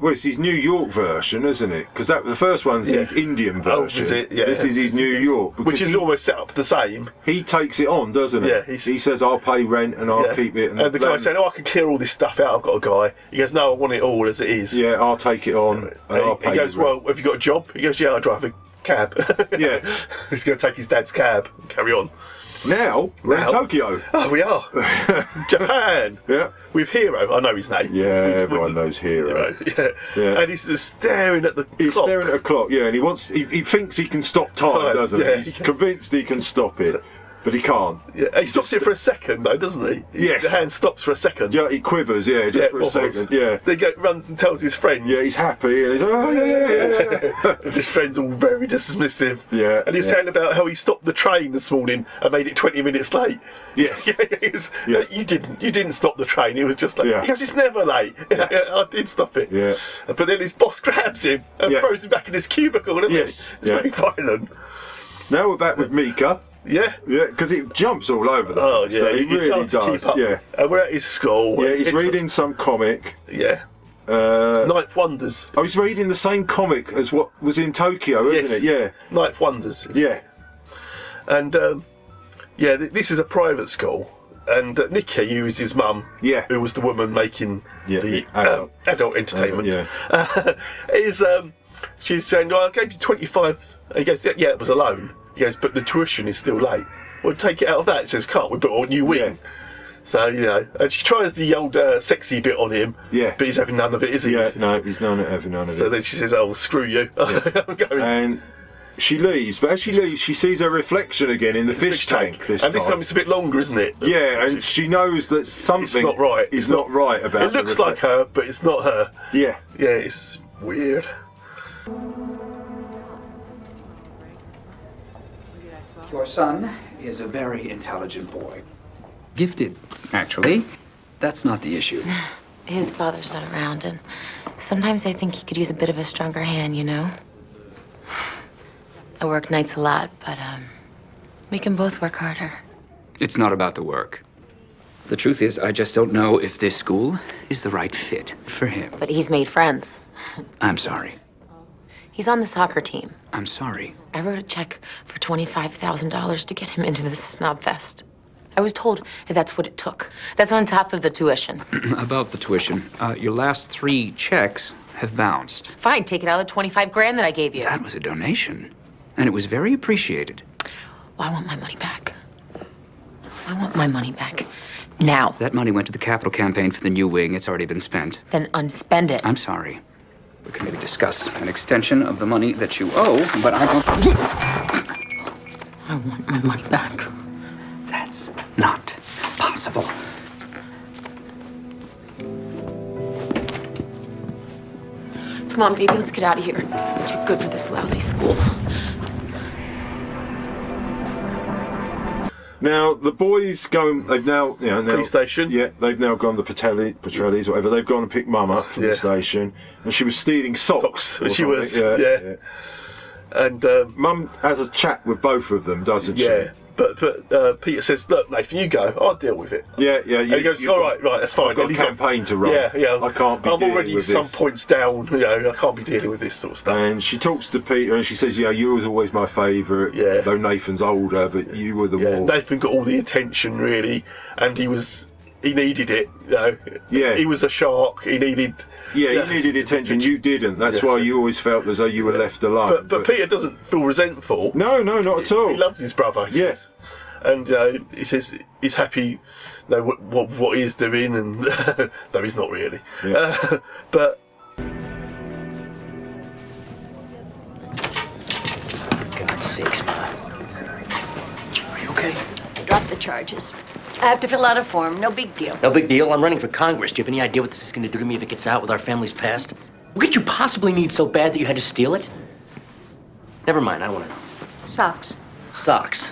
Speaker 3: Well, it's his New York version, isn't it? Because that the first one's
Speaker 2: Yeah.
Speaker 3: his Indian
Speaker 2: Oh,
Speaker 3: version.
Speaker 2: is it? Yeah.
Speaker 3: This is his New York,
Speaker 2: Which
Speaker 3: because
Speaker 2: is
Speaker 3: he-
Speaker 2: almost set up the same.
Speaker 3: He takes it on, doesn't he?
Speaker 2: Yeah,
Speaker 3: he says, "I'll pay rent and I'll
Speaker 2: Yeah.
Speaker 3: keep it."
Speaker 2: And, the guy saying, "Oh, I can clear all this stuff out. I've got a guy." He goes, "No, I want it all as it is."
Speaker 3: Yeah, I'll take it on. And
Speaker 2: And
Speaker 3: I'll
Speaker 2: "Oh." he,
Speaker 3: pay
Speaker 2: he
Speaker 3: you
Speaker 2: goes,
Speaker 3: rent."
Speaker 2: "Well, have you got a job?" He goes, "Yeah, I drive a cab." yeah, he's going to take his dad's cab. and Carry on.
Speaker 3: Now we're in Tokyo.
Speaker 2: Oh, we are. Japan.
Speaker 3: Yeah.
Speaker 2: With Hero. I know his name.
Speaker 3: Yeah, everyone knows Hero.
Speaker 2: Yeah.
Speaker 3: Yeah.
Speaker 2: And he's just staring at the
Speaker 3: He's
Speaker 2: clock.
Speaker 3: staring at a clock, yeah, and he wants. He, he thinks he can stop time,
Speaker 2: Time,
Speaker 3: doesn't
Speaker 2: yeah.
Speaker 3: he? He's convinced he can stop it, but he can't.
Speaker 2: Yeah, and he stops it for a second though, doesn't he?
Speaker 3: Yes.
Speaker 2: The hand stops for a second.
Speaker 3: Yeah, he quivers, yeah, just for a
Speaker 2: almost.
Speaker 3: second, yeah.
Speaker 2: Then he go, runs and tells his friend.
Speaker 3: Yeah, he's happy, and he's oh yeah, yeah, yeah, yeah.
Speaker 2: And his friend's all very dismissive.
Speaker 3: Yeah,
Speaker 2: And he's
Speaker 3: yeah.
Speaker 2: saying about how he stopped the train this morning and made it 20 minutes late.
Speaker 3: Yes.
Speaker 2: yeah, it was- You didn't. You didn't stop the train. It was just like,
Speaker 3: Yeah.
Speaker 2: because it's never late. I did stop it.
Speaker 3: Yeah.
Speaker 2: But then his boss grabs him and
Speaker 3: Yeah.
Speaker 2: throws him back in his cubicle, doesn't
Speaker 3: Yes,
Speaker 2: he? It's
Speaker 3: yeah.
Speaker 2: very violent.
Speaker 3: Now we're back with Mika.
Speaker 2: Yeah.
Speaker 3: Yeah, because it jumps all over the
Speaker 2: Oh,
Speaker 3: place.
Speaker 2: yeah.
Speaker 3: though. He
Speaker 2: it's
Speaker 3: really
Speaker 2: hard to
Speaker 3: does.
Speaker 2: keep up.
Speaker 3: Yeah.
Speaker 2: And we're at his school.
Speaker 3: Yeah, he's
Speaker 2: It's-
Speaker 3: reading some comic.
Speaker 2: Yeah.
Speaker 3: Uh,
Speaker 2: Ninth Wonders.
Speaker 3: I was reading the same comic as what was in Tokyo,
Speaker 2: Yes.
Speaker 3: isn't it? Yeah.
Speaker 2: Ninth Wonders.
Speaker 3: Yeah.
Speaker 2: And um, yeah, th- this is a private school, and uh, Nikki, who is his mum,
Speaker 3: yeah,
Speaker 2: who was the woman making
Speaker 3: Yeah,
Speaker 2: the,
Speaker 3: the
Speaker 2: um,
Speaker 3: adult-
Speaker 2: adult entertainment,
Speaker 3: yeah.
Speaker 2: is um, she's saying, "Well, I gave you twenty five. He goes, "Yeah, "Yeah, it was a loan." He goes, "But the tuition is still late. Well, take it out of that." She says, "Can't we put it on you win?" So you know, and she tries the old uh, sexy bit on him,
Speaker 3: Yeah.
Speaker 2: but he's having none of it, is he?
Speaker 3: Yeah, no, he's none of having none of
Speaker 2: So
Speaker 3: it.
Speaker 2: then she says, "Oh, screw you."
Speaker 3: And she leaves, but as she leaves, she sees her reflection again in the fish tank. This
Speaker 2: and
Speaker 3: time.
Speaker 2: this time it's a bit longer, isn't it?
Speaker 3: yeah, and she knows that
Speaker 2: It's
Speaker 3: something
Speaker 2: not right.
Speaker 3: is not, right about
Speaker 2: It
Speaker 3: the
Speaker 2: looks like her, but it's not her.
Speaker 3: Yeah.
Speaker 2: Yeah, it's weird.
Speaker 13: Your son is a very intelligent boy. Gifted, actually. That's not the issue.
Speaker 14: His father's not around, and sometimes I think he could use a bit of a stronger hand, you know? I work nights a lot, but um, we can both work harder.
Speaker 13: It's not about the work. The truth is, I just don't know if this school is the right fit for him.
Speaker 14: But he's made friends.
Speaker 13: I'm sorry.
Speaker 14: He's on the soccer team.
Speaker 13: I'm sorry.
Speaker 14: I wrote a check for $25,000 to get him into this snob fest. I was told that that's what it took. That's on top of the tuition.
Speaker 13: about the tuition, uh, your last three checks have bounced.
Speaker 14: Fine, take it out of the 25 grand that I gave you.
Speaker 13: That was a donation, and it was very appreciated.
Speaker 14: Well, I want my money back. I want my money back. Now.
Speaker 13: That money went to the capital campaign for the new wing. It's already been spent.
Speaker 14: Then unspend it.
Speaker 13: I'm sorry. We can maybe discuss an extension of the money that you owe, but I don't.
Speaker 14: I want my money back.
Speaker 13: That's not possible.
Speaker 14: Come on, baby, let's get out of here. Too good for this lousy school.
Speaker 3: Now the boys go. They've now, you know, now
Speaker 2: Police station.
Speaker 3: Yeah, they've now gone to Patelli, Patelli's, whatever. They've gone and picked Mum up from
Speaker 2: Yeah.
Speaker 3: the station, and she was stealing socks. or
Speaker 2: She was,
Speaker 3: something,
Speaker 2: yeah. And um,
Speaker 3: Mum has a chat with both of them, doesn't
Speaker 2: Yeah. But, but uh, Peter says, "Look, Nathan, you go. I'll deal with it."
Speaker 3: she? Yeah, yeah.
Speaker 2: and he goes,
Speaker 3: you've
Speaker 2: "All
Speaker 3: got-
Speaker 2: right, right, that's fine."
Speaker 3: I've got
Speaker 2: And
Speaker 3: a
Speaker 2: he's on-
Speaker 3: campaign to run.
Speaker 2: Yeah, yeah.
Speaker 3: I can't be
Speaker 2: I'm
Speaker 3: dealing
Speaker 2: already
Speaker 3: with
Speaker 2: some
Speaker 3: this.
Speaker 2: points down. You know, I can't be dealing with this sort of stuff.
Speaker 3: And she talks to Peter and she says, Yeah, you was always my favourite. Yeah. Though Nathan's older, but you were the more.
Speaker 2: Nathan got all the attention really, and he was he needed it. You know,
Speaker 3: Yeah.
Speaker 2: he was a shark. He needed. you
Speaker 3: yeah, you
Speaker 2: know.
Speaker 3: needed attention. You didn't. That's
Speaker 2: Yeah.
Speaker 3: why you always felt as though you were left alone.
Speaker 2: But, but Peter doesn't feel resentful.
Speaker 3: No, no, not at
Speaker 2: all. He loves his brother. He says. And uh, he says he's happy, you know, what, what, what he is doing, and no, he's not really. Uh, but
Speaker 15: God's sakes, Ma. Are you okay? Drop the charges. I have to fill out a form. No big deal.
Speaker 16: No big deal. I'm running for Congress. Do you have any idea what this is going to do to me if it gets out with our family's past? What could you possibly need so bad that you had to steal it? Never mind. I don't want to know.
Speaker 15: Socks.
Speaker 16: Socks.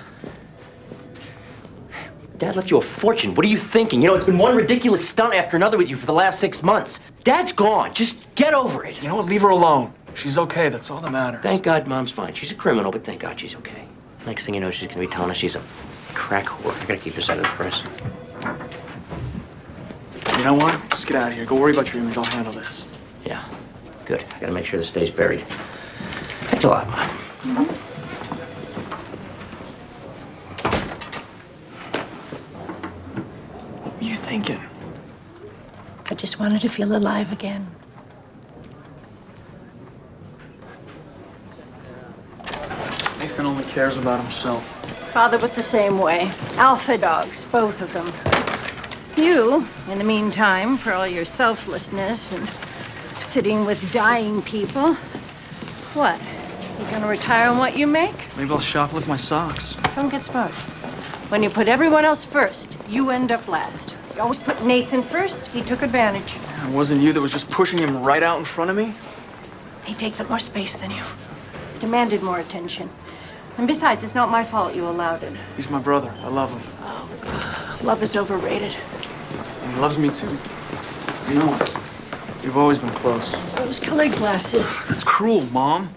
Speaker 16: Dad left you a fortune. What are you thinking? You know, it's been one ridiculous stunt after another with you for the last six months. Dad's gone. Just get over it. You know what? Leave her alone. She's okay. That's all that matters. Thank God mom's fine. She's a criminal, but thank God she's okay. Next thing you know, she's going to be telling us she's a crack whore. I got to keep this out of the press.
Speaker 17: You know what? Just get out of here. Go worry about your image. I'll handle this.
Speaker 16: Yeah. Good. I got to make sure this stays buried. Thanks a lot, Mom.
Speaker 17: What were you thinking?
Speaker 18: I just wanted to feel alive again.
Speaker 17: Nathan only cares about himself.
Speaker 18: Father was the same way. Alpha dogs, both of them. You, in the meantime, for all your selflessness and sitting with dying people, what? You gonna retire on what you make?
Speaker 17: Maybe I'll shoplift my socks.
Speaker 18: Don't get smart. When you put everyone else first, you end up last. You always put Nathan first, he took advantage.
Speaker 17: It wasn't you that was just pushing him right out in front of me?
Speaker 18: He takes up more space than you. Demanded more attention. And besides, it's not my fault you allowed it.
Speaker 17: He's my brother. I love him.
Speaker 18: Love is overrated.
Speaker 17: And he loves me too. You know it. We've always been close.
Speaker 18: Those colored glasses.
Speaker 17: That's cruel, Mom.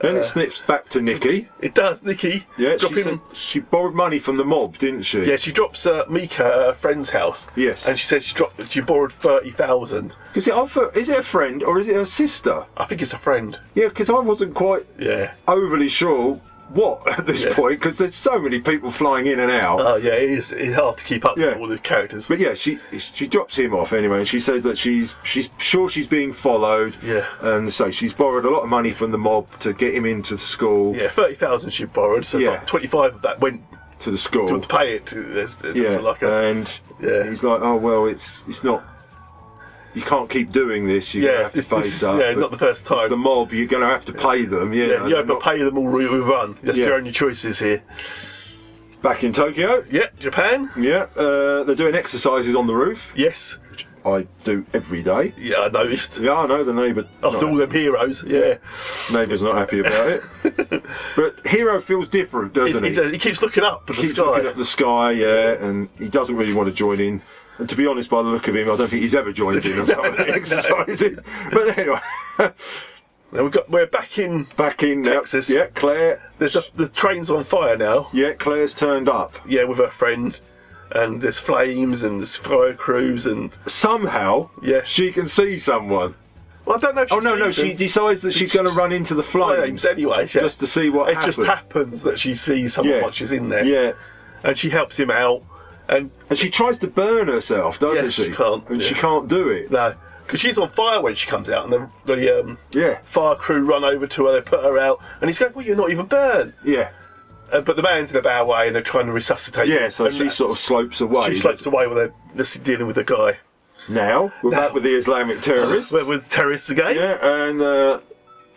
Speaker 3: Then it snips back to Nikki.
Speaker 2: It does, Nikki.
Speaker 3: Yeah, she,
Speaker 2: Dropping-
Speaker 3: said she borrowed money from the mob, didn't she?
Speaker 2: Yeah, she drops uh, Mika at her friend's house.
Speaker 3: Yes.
Speaker 2: And she says she dropped. She borrowed thirty thousand.
Speaker 3: Is it offer? Is it a friend or is it her sister?
Speaker 2: I think it's a friend.
Speaker 3: Yeah, because I wasn't quite
Speaker 2: Yeah.
Speaker 3: overly sure what at this point, 'cause point because there's so many people flying in and out.
Speaker 2: Oh yeah, it is. It's hard to keep up
Speaker 3: Yeah.
Speaker 2: with all the characters.
Speaker 3: But yeah, she she drops him off anyway, and she says that she's she's sure she's being followed.
Speaker 2: Yeah.
Speaker 3: And so she's borrowed a lot of money from the mob to get him into school.
Speaker 2: Yeah, thirty thousand she borrowed. So
Speaker 3: Yeah.
Speaker 2: like twenty-five of that went
Speaker 3: To the school.
Speaker 2: to pay it. There's, there's
Speaker 3: yeah. Uh,
Speaker 2: also like a
Speaker 3: and he's like, oh well, it's it's not. You can't keep doing this. You're
Speaker 2: Yeah,
Speaker 3: gonna have to
Speaker 2: this- this
Speaker 3: face
Speaker 2: is-
Speaker 3: up.
Speaker 2: yeah,
Speaker 3: but
Speaker 2: not the first
Speaker 3: it's the mob. You're gonna have to pay them.
Speaker 2: yeah,
Speaker 3: Yeah.
Speaker 2: you
Speaker 3: they're
Speaker 2: have to
Speaker 3: not-
Speaker 2: pay them all re- we run. That's
Speaker 3: Yeah.
Speaker 2: your only choices here.
Speaker 3: Back in Tokyo.
Speaker 2: Yeah, Japan.
Speaker 3: Yeah. Uh, they're doing exercises on the roof.
Speaker 2: Yes.
Speaker 3: I do every day.
Speaker 2: Yeah, I noticed.
Speaker 3: Yeah, I know the neighbour.
Speaker 2: After Oh, all them heroes, yeah.
Speaker 3: Neighbour's not happy about it. but Hero feels different, doesn't
Speaker 2: He-
Speaker 3: he?
Speaker 2: he's a- he keeps looking up at
Speaker 3: He
Speaker 2: the
Speaker 3: keeps
Speaker 2: sky.
Speaker 3: looking up the sky, yeah, and he doesn't really want to join in. And to be honest, by the look of him, I don't think he's ever joined in on some of the exercises. But anyway.
Speaker 2: Now we've got, we're back in
Speaker 3: back in
Speaker 2: Texas.
Speaker 3: Yeah, Claire.
Speaker 2: There's a, the train's on fire now.
Speaker 3: Yeah, Claire's turned up.
Speaker 2: Yeah, with her friend, and there's flames and there's fire crews and
Speaker 3: Somehow,
Speaker 2: yeah,
Speaker 3: she can see someone.
Speaker 2: Well, I don't know. If she
Speaker 3: Oh, no, no,
Speaker 2: sees
Speaker 3: she
Speaker 2: them.
Speaker 3: decides that she's going to run into the flames.
Speaker 2: flames anyway, yeah.
Speaker 3: Just to see what
Speaker 2: it
Speaker 3: happens.
Speaker 2: just happens that she sees someone
Speaker 3: Yeah.
Speaker 2: while she's in there.
Speaker 3: Yeah.
Speaker 2: and she helps him out, and
Speaker 3: and she tries to burn herself, doesn't
Speaker 2: yeah,
Speaker 3: she?
Speaker 2: can't,
Speaker 3: And she
Speaker 2: yeah.
Speaker 3: can't do it.
Speaker 2: No, because she's on fire when she comes out, and the, the um,
Speaker 3: yeah.
Speaker 2: fire crew run over to her, they put her out, and he's going, "Well, you're not even burned."
Speaker 3: Yeah.
Speaker 2: Uh, but the man's in a bad way, and they're trying to resuscitate.
Speaker 3: Yeah,
Speaker 2: him,
Speaker 3: so
Speaker 2: and
Speaker 3: she
Speaker 2: that-
Speaker 3: sort of slopes away.
Speaker 2: She slopes away when they're they're dealing with the guy.
Speaker 3: Now we're back with the Islamic terrorists.
Speaker 2: We're with terrorists again.
Speaker 3: Yeah, and uh,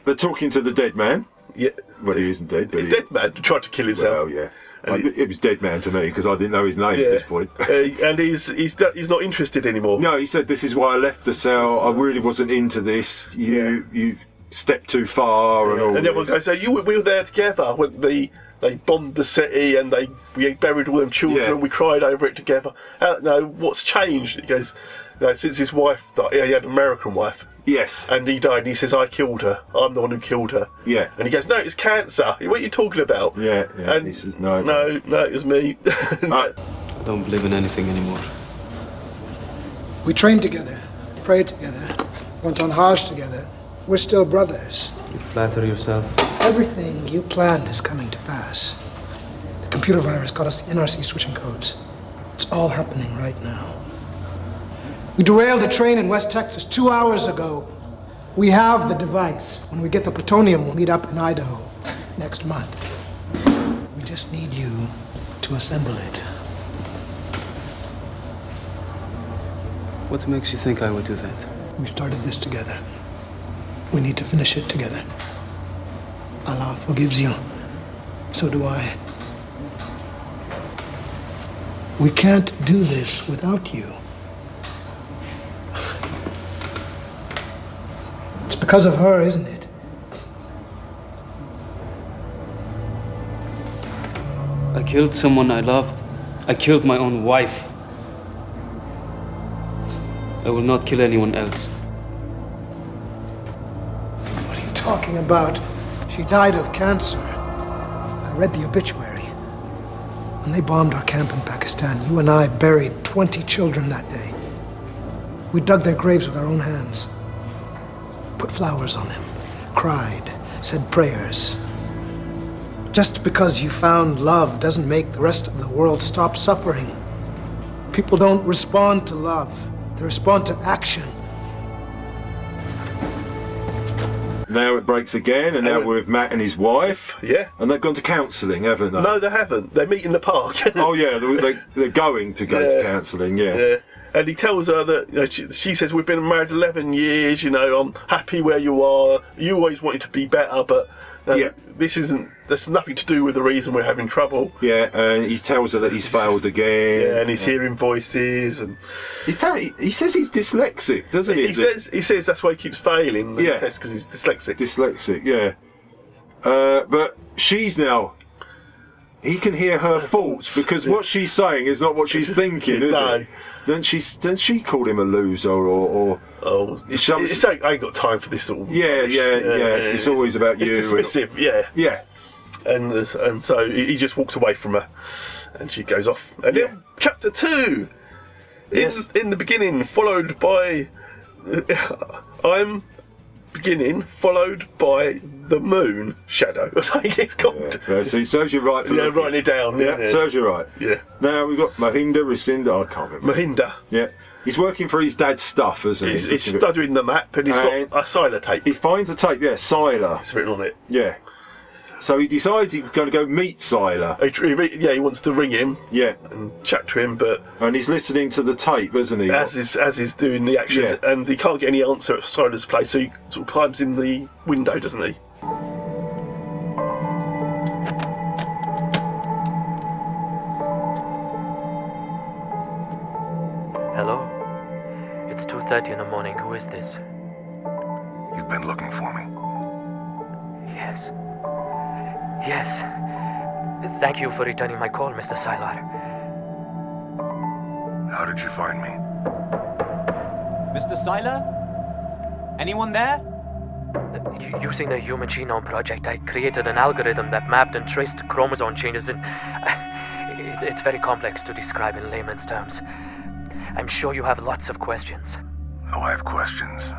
Speaker 3: they're talking to the dead man.
Speaker 2: Yeah.
Speaker 3: Well, he isn't dead, but he,
Speaker 2: Dead man tried to kill himself.
Speaker 3: well, yeah. I, it was dead man to me because I didn't know his name
Speaker 2: Yeah.
Speaker 3: at this point.
Speaker 2: Uh, and he's he's he's not interested anymore.
Speaker 3: No, he said this is why I left the cell. I really wasn't into this. You you stepped too far and all.
Speaker 2: And everyone
Speaker 3: this.
Speaker 2: goes, so you were- we were there together when the they bombed the city and they we buried all them children.
Speaker 3: Yeah.
Speaker 2: We cried over it together. Uh, no, what's changed? He goes, no, since his wife died, yeah, he had an American wife.
Speaker 3: Yes.
Speaker 2: And he died, and he says, I killed her. I'm the one who killed her.
Speaker 3: Yeah.
Speaker 2: And he goes, no, it's cancer. What are you talking about?
Speaker 3: Yeah, yeah.
Speaker 2: And
Speaker 3: he says no.
Speaker 2: No, no, it was me.
Speaker 3: Uh,
Speaker 19: I don't believe in anything anymore.
Speaker 11: We trained together, prayed together, went on Hajj together. We're still brothers.
Speaker 19: You flatter yourself.
Speaker 11: Everything you planned is coming to pass. The computer virus got us the NRC switching codes. It's all happening right now. We derailed a train in West Texas two hours ago. We have the device. When we get the plutonium, we'll meet up in Idaho next month. We just need you to assemble it.
Speaker 19: What makes you think I would do that?
Speaker 11: We started this together. We need to finish it together. Allah forgives you. So do I. We can't do this without you. It's because of her, isn't it?
Speaker 19: killed someone I loved. I killed my own wife. I will not kill anyone else.
Speaker 11: talking about? She died of cancer. I read the obituary. When they bombed our camp in Pakistan, you and I buried 20 children that day. We dug their graves with our own hands, put flowers on them, cried, said prayers. Just because you found love doesn't make the rest of the world stop suffering. People don't respond to love, they respond to action.
Speaker 3: Now it breaks again, and now we're with Matt and his wife.
Speaker 2: Yeah.
Speaker 3: And they've gone to counselling, haven't they?
Speaker 2: No, they haven't. They meet in the park.
Speaker 3: oh, yeah, they, they, they're going to go
Speaker 2: Yeah.
Speaker 3: to counselling, yeah.
Speaker 2: Yeah. And he tells her that you know, she, she says, We've been married 11 years, you know, I'm happy where you are. You always wanted to be better, but uh, this isn't, there's nothing to do with the reason we're having trouble.
Speaker 3: Yeah, and he tells her that he's failed again.
Speaker 2: Yeah, and he's hearing voices, and
Speaker 3: he, he says he's dyslexic, doesn't he?
Speaker 2: He says he says that's why he keeps failing the
Speaker 3: Yeah.
Speaker 2: test because he's dyslexic.
Speaker 3: Dyslexic, yeah. Uh, but she's now. He can hear her faults because what she's saying is not what she's thinking, is
Speaker 2: No.
Speaker 3: it? Then she, then she called him a loser or. or
Speaker 2: oh,
Speaker 3: some,
Speaker 2: It's like, I ain't got time for this sort of
Speaker 3: Yeah,
Speaker 2: rubbish.
Speaker 3: yeah, yeah. It's always about you
Speaker 2: It's
Speaker 3: and-
Speaker 2: dismissive, yeah.
Speaker 3: Yeah.
Speaker 2: And there's- and so he he just walks away from her, and she goes off. And then chapter two, in in the beginning, followed by I'm beginning, followed by the moon shadow. I think it's called.
Speaker 3: Yeah, so he serves you right for
Speaker 2: Yeah,
Speaker 3: looking.
Speaker 2: writing it down.
Speaker 3: Yeah,
Speaker 2: Yeah,
Speaker 3: serves you right.
Speaker 2: Yeah.
Speaker 3: Now we've got Mahinda Rasinda, I can't remember.
Speaker 2: Mahinda.
Speaker 3: Yeah. He's working for his dad's stuff, isn't he?
Speaker 2: He's, he's
Speaker 3: Looking at-
Speaker 2: studying the map, and he's
Speaker 3: And-
Speaker 2: got a silo tape.
Speaker 3: He finds a tape, yeah, Siler.
Speaker 2: It's written on it.
Speaker 3: Yeah. So he decides he's going to go meet Siler.
Speaker 2: He tr- he re- yeah, he wants to ring him.
Speaker 3: Yeah.
Speaker 2: And chat to him, but.
Speaker 3: And he's listening to the tape, isn't he?
Speaker 2: As is as is doing the actions, and he can't get any answer at Silas' place, so he sort of climbs in the window, doesn't he?
Speaker 20: Hello? It's 2.30 in the morning. Who is this? You've been looking for me. Yes. Yes. Thank you for returning my call, Mr. Sylar.
Speaker 7: How did you find me?
Speaker 5: Mr. Seiler? Anyone there?
Speaker 20: U- using the Human Genome Project, I created an algorithm that mapped and traced chromosome changes in. It, it's very complex to describe in layman's terms. I'm sure you have lots of questions.
Speaker 7: Oh, I have questions.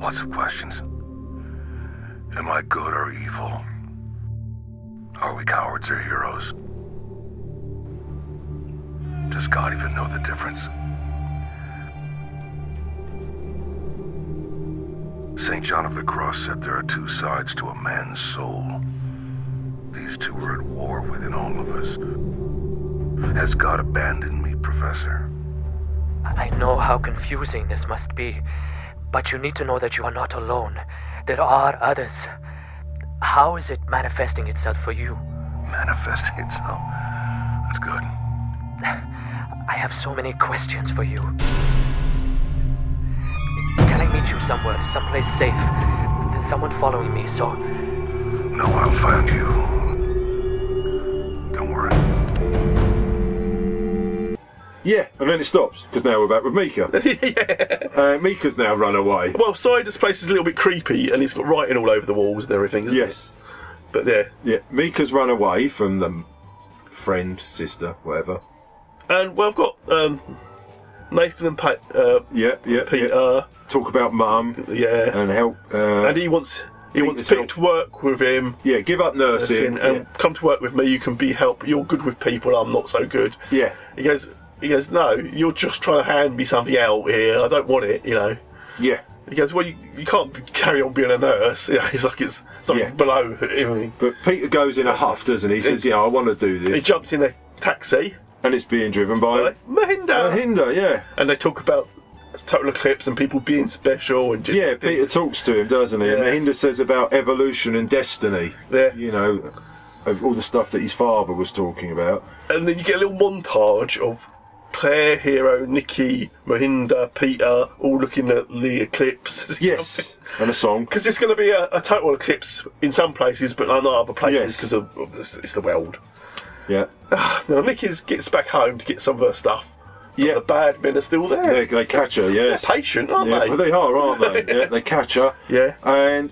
Speaker 7: Lots of questions. Am I good or evil? Are we cowards or heroes? Does God even know the difference? St. John of the Cross said there are two sides to a man's soul. These two are at war within all of us. Has God abandoned me, Professor?
Speaker 20: I know how confusing this must be, but you need to know that you are not alone. There are others. How is it manifesting itself for you?
Speaker 7: Manifesting itself? That's good.
Speaker 20: I have so many questions for you. Can I meet you somewhere, someplace safe? There's someone following me, so.
Speaker 7: No, I'll find you. Don't worry.
Speaker 3: Yeah, and then it stops because now we're back with Mika. yeah. Uh, Mika's now run away.
Speaker 2: Well, Silas' place is a little bit creepy, and he's got writing all over the walls and everything. Isn't
Speaker 3: Yes.
Speaker 2: It? But yeah,
Speaker 3: Yeah, Mika's run away from the friend, sister, whatever.
Speaker 2: and well, I've got um, Nathan and Pat. Uh,
Speaker 3: yeah, yeah,
Speaker 2: Peter.
Speaker 3: Talk about mum.
Speaker 2: Yeah.
Speaker 3: And help. Uh,
Speaker 2: and he wants he wants
Speaker 3: Peter's
Speaker 2: Pete to work with him.
Speaker 3: Yeah, give up nursing.
Speaker 2: and
Speaker 3: yeah.
Speaker 2: come to work with me. You can be help. You're good with people. I'm not so good.
Speaker 3: Yeah.
Speaker 2: He goes. He goes. No, you're just trying to hand me something out here. I don't want it. You know.
Speaker 3: Yeah.
Speaker 2: He goes. Well, you, you can't be- carry on being a nurse. Yeah. He's like it's something below him.
Speaker 3: But Peter goes in a huff, doesn't he? He says, "Yeah, I want to do this."
Speaker 2: He jumps in a taxi.
Speaker 3: And it's being driven by
Speaker 2: Mahinda.
Speaker 3: Mahinda, yeah.
Speaker 2: And they talk about total eclipse and people being special and just
Speaker 3: Yeah, Peter talks to him, doesn't he? And
Speaker 2: Yeah.
Speaker 3: Mahinda says about evolution and destiny.
Speaker 2: Yeah.
Speaker 3: You know, of all the stuff that his father was talking about.
Speaker 2: And then you get a little montage of Claire, Hero, Nikki, Mahinda, Peter, all looking at the eclipse.
Speaker 3: Yes, and a song.
Speaker 2: Because it's going to be a, a total eclipse in some places, but not in other places because it's the world.
Speaker 3: Yeah.
Speaker 2: Now Nikki gets back home to get some of her stuff. Yeah. The bad men are still there.
Speaker 3: They, they catch her, yes.
Speaker 2: They're patient, aren't
Speaker 3: Yeah,
Speaker 2: they?
Speaker 3: well, they are, aren't they? Yeah, they catch her.
Speaker 2: Yeah.
Speaker 3: And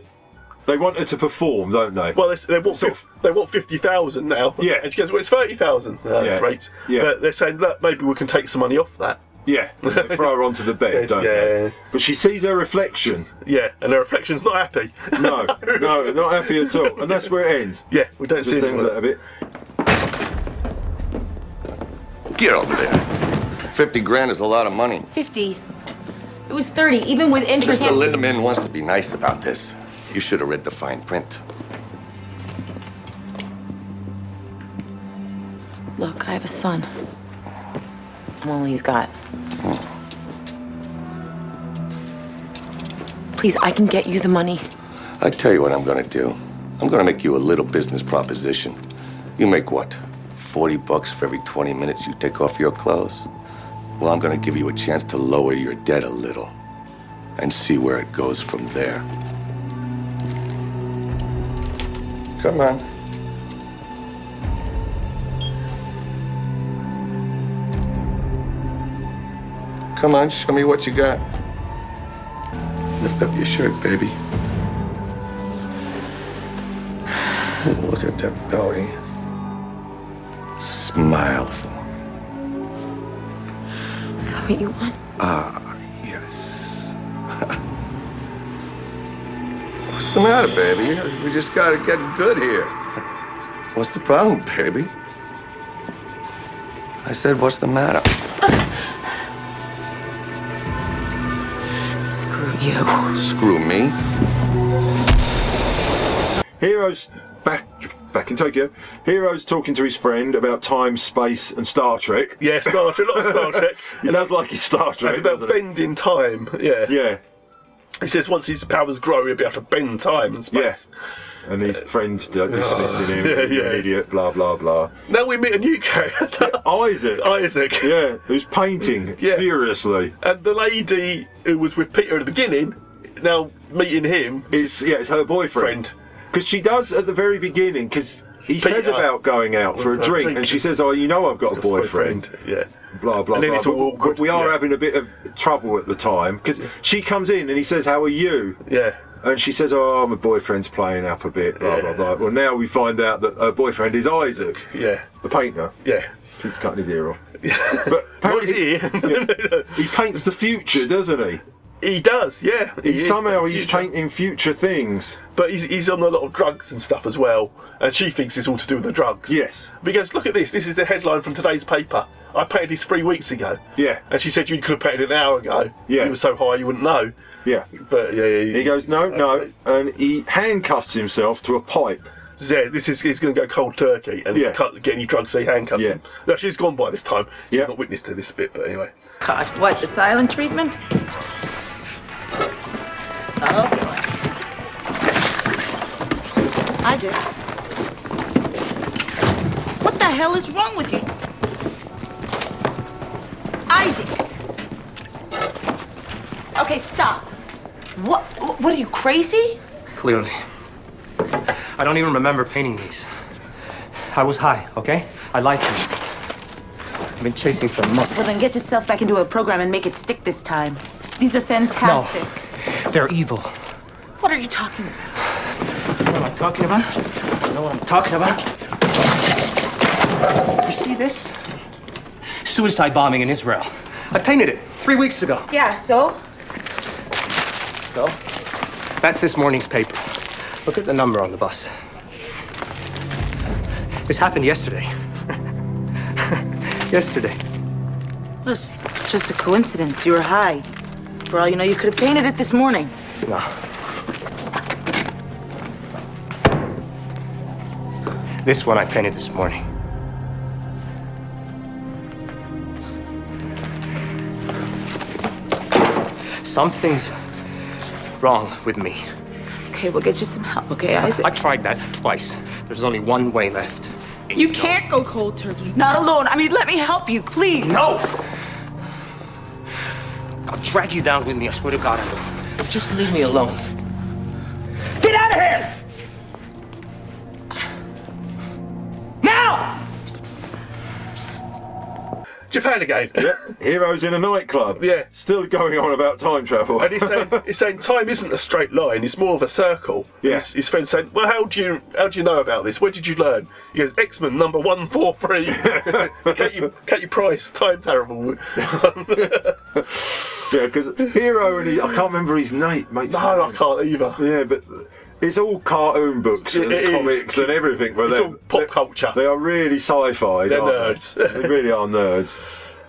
Speaker 3: they want her to perform, don't they?
Speaker 2: Well, they, they want fif- they want fifty thousand now. Yeah, and she goes, "Well, it's thirty thousand. Uh,
Speaker 3: Yeah.
Speaker 2: yeah. rates."
Speaker 3: Yeah.
Speaker 2: But they're saying, "Look, maybe we can take some money off that."
Speaker 3: Yeah, they throw her onto the bed, don't they? But she sees her reflection.
Speaker 2: Yeah, and her reflection's not happy.
Speaker 3: No, no, not happy at all. And that's where it ends.
Speaker 2: Yeah, we don't
Speaker 3: Just
Speaker 2: see
Speaker 3: ends
Speaker 2: anyone.
Speaker 3: that a bit.
Speaker 21: Get over there. 50 grand is a lot of money.
Speaker 8: 50. It was 30, even with interest.
Speaker 21: Mr. Lindemann wants to be nice about this. You should have read the fine print.
Speaker 8: Look, I have a son. Well, he's got. Please, I can get you the money.
Speaker 21: I tell you what I'm gonna do. I'm gonna make you a little business proposition. You make what? 40 bucks for every 20 minutes you take off your clothes? Well, I'm gonna give you a chance to lower your debt a little and see where it goes from there. Come on. Come on, show me what you got. Lift up your shirt, baby. Look at that belly. Smile for me.
Speaker 8: Is that what you want?
Speaker 21: Ah, yes. What's the matter, baby? We just gotta get good here. What's the problem, baby? I said, what's the matter?
Speaker 8: Screw you.
Speaker 21: Screw me.
Speaker 3: Heroes back back in Tokyo. Heroes talking to his friend about time, space, and Star Trek.
Speaker 2: Yeah, Star Trek, a lot of Star Trek.
Speaker 3: he does like his Star Trek.
Speaker 2: And about
Speaker 3: doesn't he?
Speaker 2: bending time. Yeah.
Speaker 3: Yeah.
Speaker 2: He says once his powers grow, he'll be able to bend time and space.
Speaker 3: And his friends d- dismissing
Speaker 2: Oh.
Speaker 3: him,
Speaker 2: Yeah,
Speaker 3: "You're an
Speaker 2: yeah.
Speaker 3: idiot, blah blah blah.
Speaker 2: Now we meet a new character.
Speaker 3: Isaac.
Speaker 2: Isaac.
Speaker 3: Yeah, who's painting furiously.
Speaker 2: And the lady who was with Peter at the beginning, now meeting him.
Speaker 3: It's yeah, it's her boyfriend. Because she does at the very beginning, because he says
Speaker 2: uh,
Speaker 3: about going out for a drink, and she says, "Oh, you know, I've got a boyfriend."
Speaker 2: Yeah.
Speaker 3: Blah blah.
Speaker 2: And then
Speaker 3: blah,
Speaker 2: it's
Speaker 3: but-
Speaker 2: all
Speaker 3: but
Speaker 2: awkward,
Speaker 3: we are
Speaker 2: yeah.
Speaker 3: having a bit of trouble at the time because she comes in and he says, "How are you?"
Speaker 2: Yeah.
Speaker 3: And she says, "Oh, my boyfriend's playing up a bit." Blah blah blah. Well, now we find out that her boyfriend is Isaac,
Speaker 2: Yeah.
Speaker 3: the painter.
Speaker 2: Yeah.
Speaker 3: Keeps cutting his ear off. but apparently, yeah, he paints the future, doesn't
Speaker 2: he? He does, yeah.
Speaker 3: He,
Speaker 2: He is
Speaker 3: somehow
Speaker 2: the
Speaker 3: he's
Speaker 2: future.
Speaker 3: painting future things.
Speaker 2: But he's, he's on a lot of drugs and stuff as well, and she thinks it's all to do with the drugs.
Speaker 3: Yes.
Speaker 2: But he goes, look at this. This is the headline from today's paper. I painted this three weeks ago.
Speaker 3: Yeah.
Speaker 2: And she said you could have painted it an hour ago.
Speaker 3: Yeah.
Speaker 2: You were so high you wouldn't know.
Speaker 3: Yeah.
Speaker 2: But yeah, yeah,
Speaker 3: He goes, no, no, and he handcuffs himself to a pipe.
Speaker 2: Yeah, this is he's going to go cold turkey and
Speaker 3: Yeah.
Speaker 2: cut, get any drugs so he handcuffs him. No, she's gone by this time. She's not witness to this bit, but anyway.
Speaker 11: God, what, the silent treatment? Oh, boy. Isaac. What the hell is wrong with you? Isaac!
Speaker 8: Okay, stop. What? What are you crazy?
Speaker 5: Clearly. I don't even remember painting these. I was high, okay? I lied to you. I've been chasing for a month.
Speaker 11: Well, then get yourself back into a program and make it stick this time. These are fantastic.
Speaker 5: They're evil.
Speaker 11: What are you talking about?
Speaker 5: You know what I'm talking about? You know what I'm talking about? You see this? Suicide bombing in Israel. I painted it three weeks ago.
Speaker 11: Yeah, so?
Speaker 5: So? That's this morning's paper. Look at the number on the bus. This happened yesterday. yesterday.
Speaker 11: It was just a coincidence. You were high. For all you know, you could have painted it this morning.
Speaker 5: No. This one I painted this morning. Something's wrong with me.
Speaker 11: Okay, we'll get you some help, okay, Isaac?
Speaker 5: I tried that twice. There's only one way left.
Speaker 11: You can't go cold turkey. Not alone. I mean, let me help you, please.
Speaker 5: No! I'll drag you down with me, I swear to God I will. Just leave me alone. Get out of here! Now!
Speaker 2: Japan again.
Speaker 3: Yeah. Heroes in a nightclub.
Speaker 2: Yeah.
Speaker 3: Still going on about time travel.
Speaker 2: And he's saying, he's saying time isn't a straight line; it's more of a circle.
Speaker 3: Yeah.
Speaker 2: His, his friend saying, "Well, how do you how do you know about this? Where did you learn?" He goes, "X Men number one four three. Get you get you price. Time terrible."
Speaker 3: Yeah, because Hero and he, I can't remember his name, mate.
Speaker 2: No, I can't either.
Speaker 3: Yeah, but it's all cartoon books
Speaker 2: It-
Speaker 3: and
Speaker 2: it is.
Speaker 3: comics and everything. But
Speaker 2: It's
Speaker 3: they're-
Speaker 2: all pop
Speaker 3: they're-
Speaker 2: culture.
Speaker 3: They are really sci-fi.
Speaker 2: They're
Speaker 3: aren't they?
Speaker 2: nerds.
Speaker 3: they really are nerds.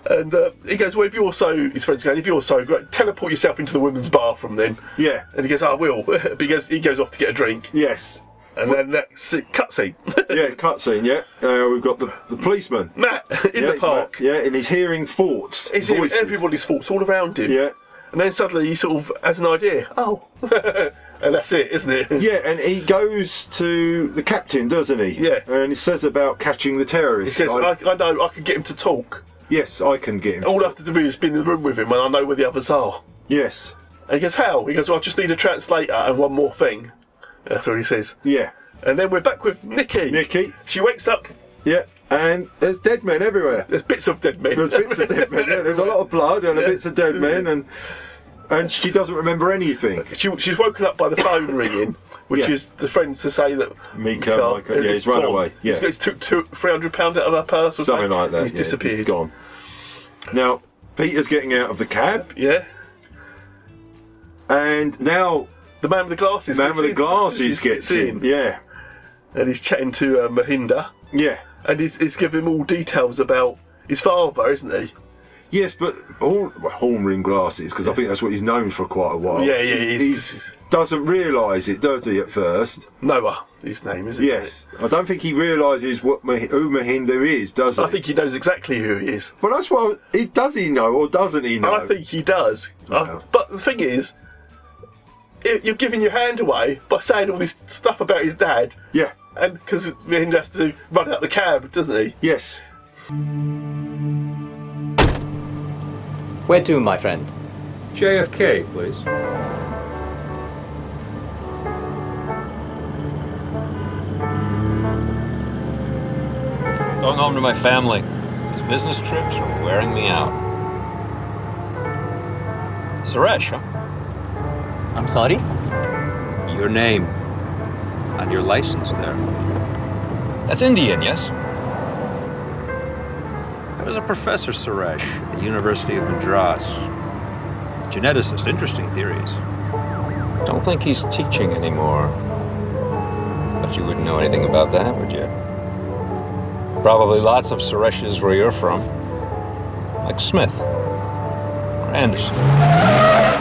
Speaker 2: And uh, he goes, "Well, if you're so," his friend's going, "If you're so great, teleport yourself into the women's bathroom then."
Speaker 3: Yeah.
Speaker 2: And he goes, "I will," because he goes off to get a drink.
Speaker 3: Yes.
Speaker 2: And then that's it, cutscene.
Speaker 3: yeah, cutscene. Yeah, uh, we've got the, the policeman
Speaker 2: Matt in
Speaker 3: Yeah,
Speaker 2: the
Speaker 3: it's
Speaker 2: park.
Speaker 3: Matt, yeah, and he's hearing thoughts.
Speaker 2: He's hearing
Speaker 3: voices.
Speaker 2: everybody's thoughts all around him.
Speaker 3: Yeah.
Speaker 2: And then suddenly he sort of has an idea. Oh. and that's it, isn't it?
Speaker 3: Yeah, and he goes to the captain, doesn't he? Yeah. And he says about catching the
Speaker 2: He
Speaker 3: terrorists.
Speaker 2: says,
Speaker 3: I-
Speaker 2: I, I know, I can get him to talk.
Speaker 3: yes, I can get him.
Speaker 2: All I have to do is be in the room with him and I know where the others are.
Speaker 3: Yes.
Speaker 2: And he goes, How? He goes, well, I just need a translator and one more thing. That's what he says.
Speaker 3: Yeah.
Speaker 2: And then we're back with Nikki. Nikki. She wakes up.
Speaker 3: Yeah. And there's dead men everywhere.
Speaker 2: There's bits of dead men.
Speaker 3: There's bits of dead men. Yeah, there's a lot of blood and a bits of dead men, and and she doesn't remember anything.
Speaker 2: She, she's woken up by the phone ringing, which
Speaker 3: Yeah.
Speaker 2: is the friend to say that
Speaker 3: Mika,
Speaker 2: Mika,
Speaker 3: Mika, yeah,
Speaker 2: is
Speaker 3: he's run
Speaker 2: gone.
Speaker 3: away, yeah.
Speaker 2: he's, he's took two, three hundred pound out of her purse or something,
Speaker 3: Something like that.
Speaker 2: and He's
Speaker 3: yeah,
Speaker 2: disappeared.
Speaker 3: He's gone. Now Peter's getting out of the cab.
Speaker 2: Yeah.
Speaker 3: And now
Speaker 2: the man with the glasses.
Speaker 3: Man
Speaker 2: gets
Speaker 3: with the
Speaker 2: in.
Speaker 3: glasses gets in. Yeah.
Speaker 2: And he's chatting to uh, Mahinda.
Speaker 3: Yeah.
Speaker 2: And he's, he's giving him all details about his father, isn't he?
Speaker 3: Yes, but Horn, well, Hornring glasses because I think that's what he's known for quite a while.
Speaker 2: Yeah, yeah, he's-
Speaker 3: doesn't realise it, does he? At first,
Speaker 2: Noah, his name isn't
Speaker 3: yes. I don't think he realises what Mah- who Mahinda is, does he?
Speaker 2: I think he knows exactly who he is.
Speaker 3: Well, that's what I- he does. He know or doesn't he know?
Speaker 2: I think he does. I- but the thing is, i you're giving your hand away by saying all this stuff about his dad.
Speaker 3: Yeah.
Speaker 2: And because Mahinda has to run out the cab, doesn't he?
Speaker 3: Yes.
Speaker 1: Where to, my friend?
Speaker 4: JFK, please. Going home to my family. These business trips are wearing me out. Suresh, huh?
Speaker 5: I'm sorry?
Speaker 4: Your name. And your license there. That's Indian, yes? I was a professor, Suresh, at the University of Madras. Geneticist, interesting theories. Don't think he's teaching anymore. But you wouldn't know anything about that, would you? Probably lots of Suresh's where you're from. Like Smith. Or Anderson.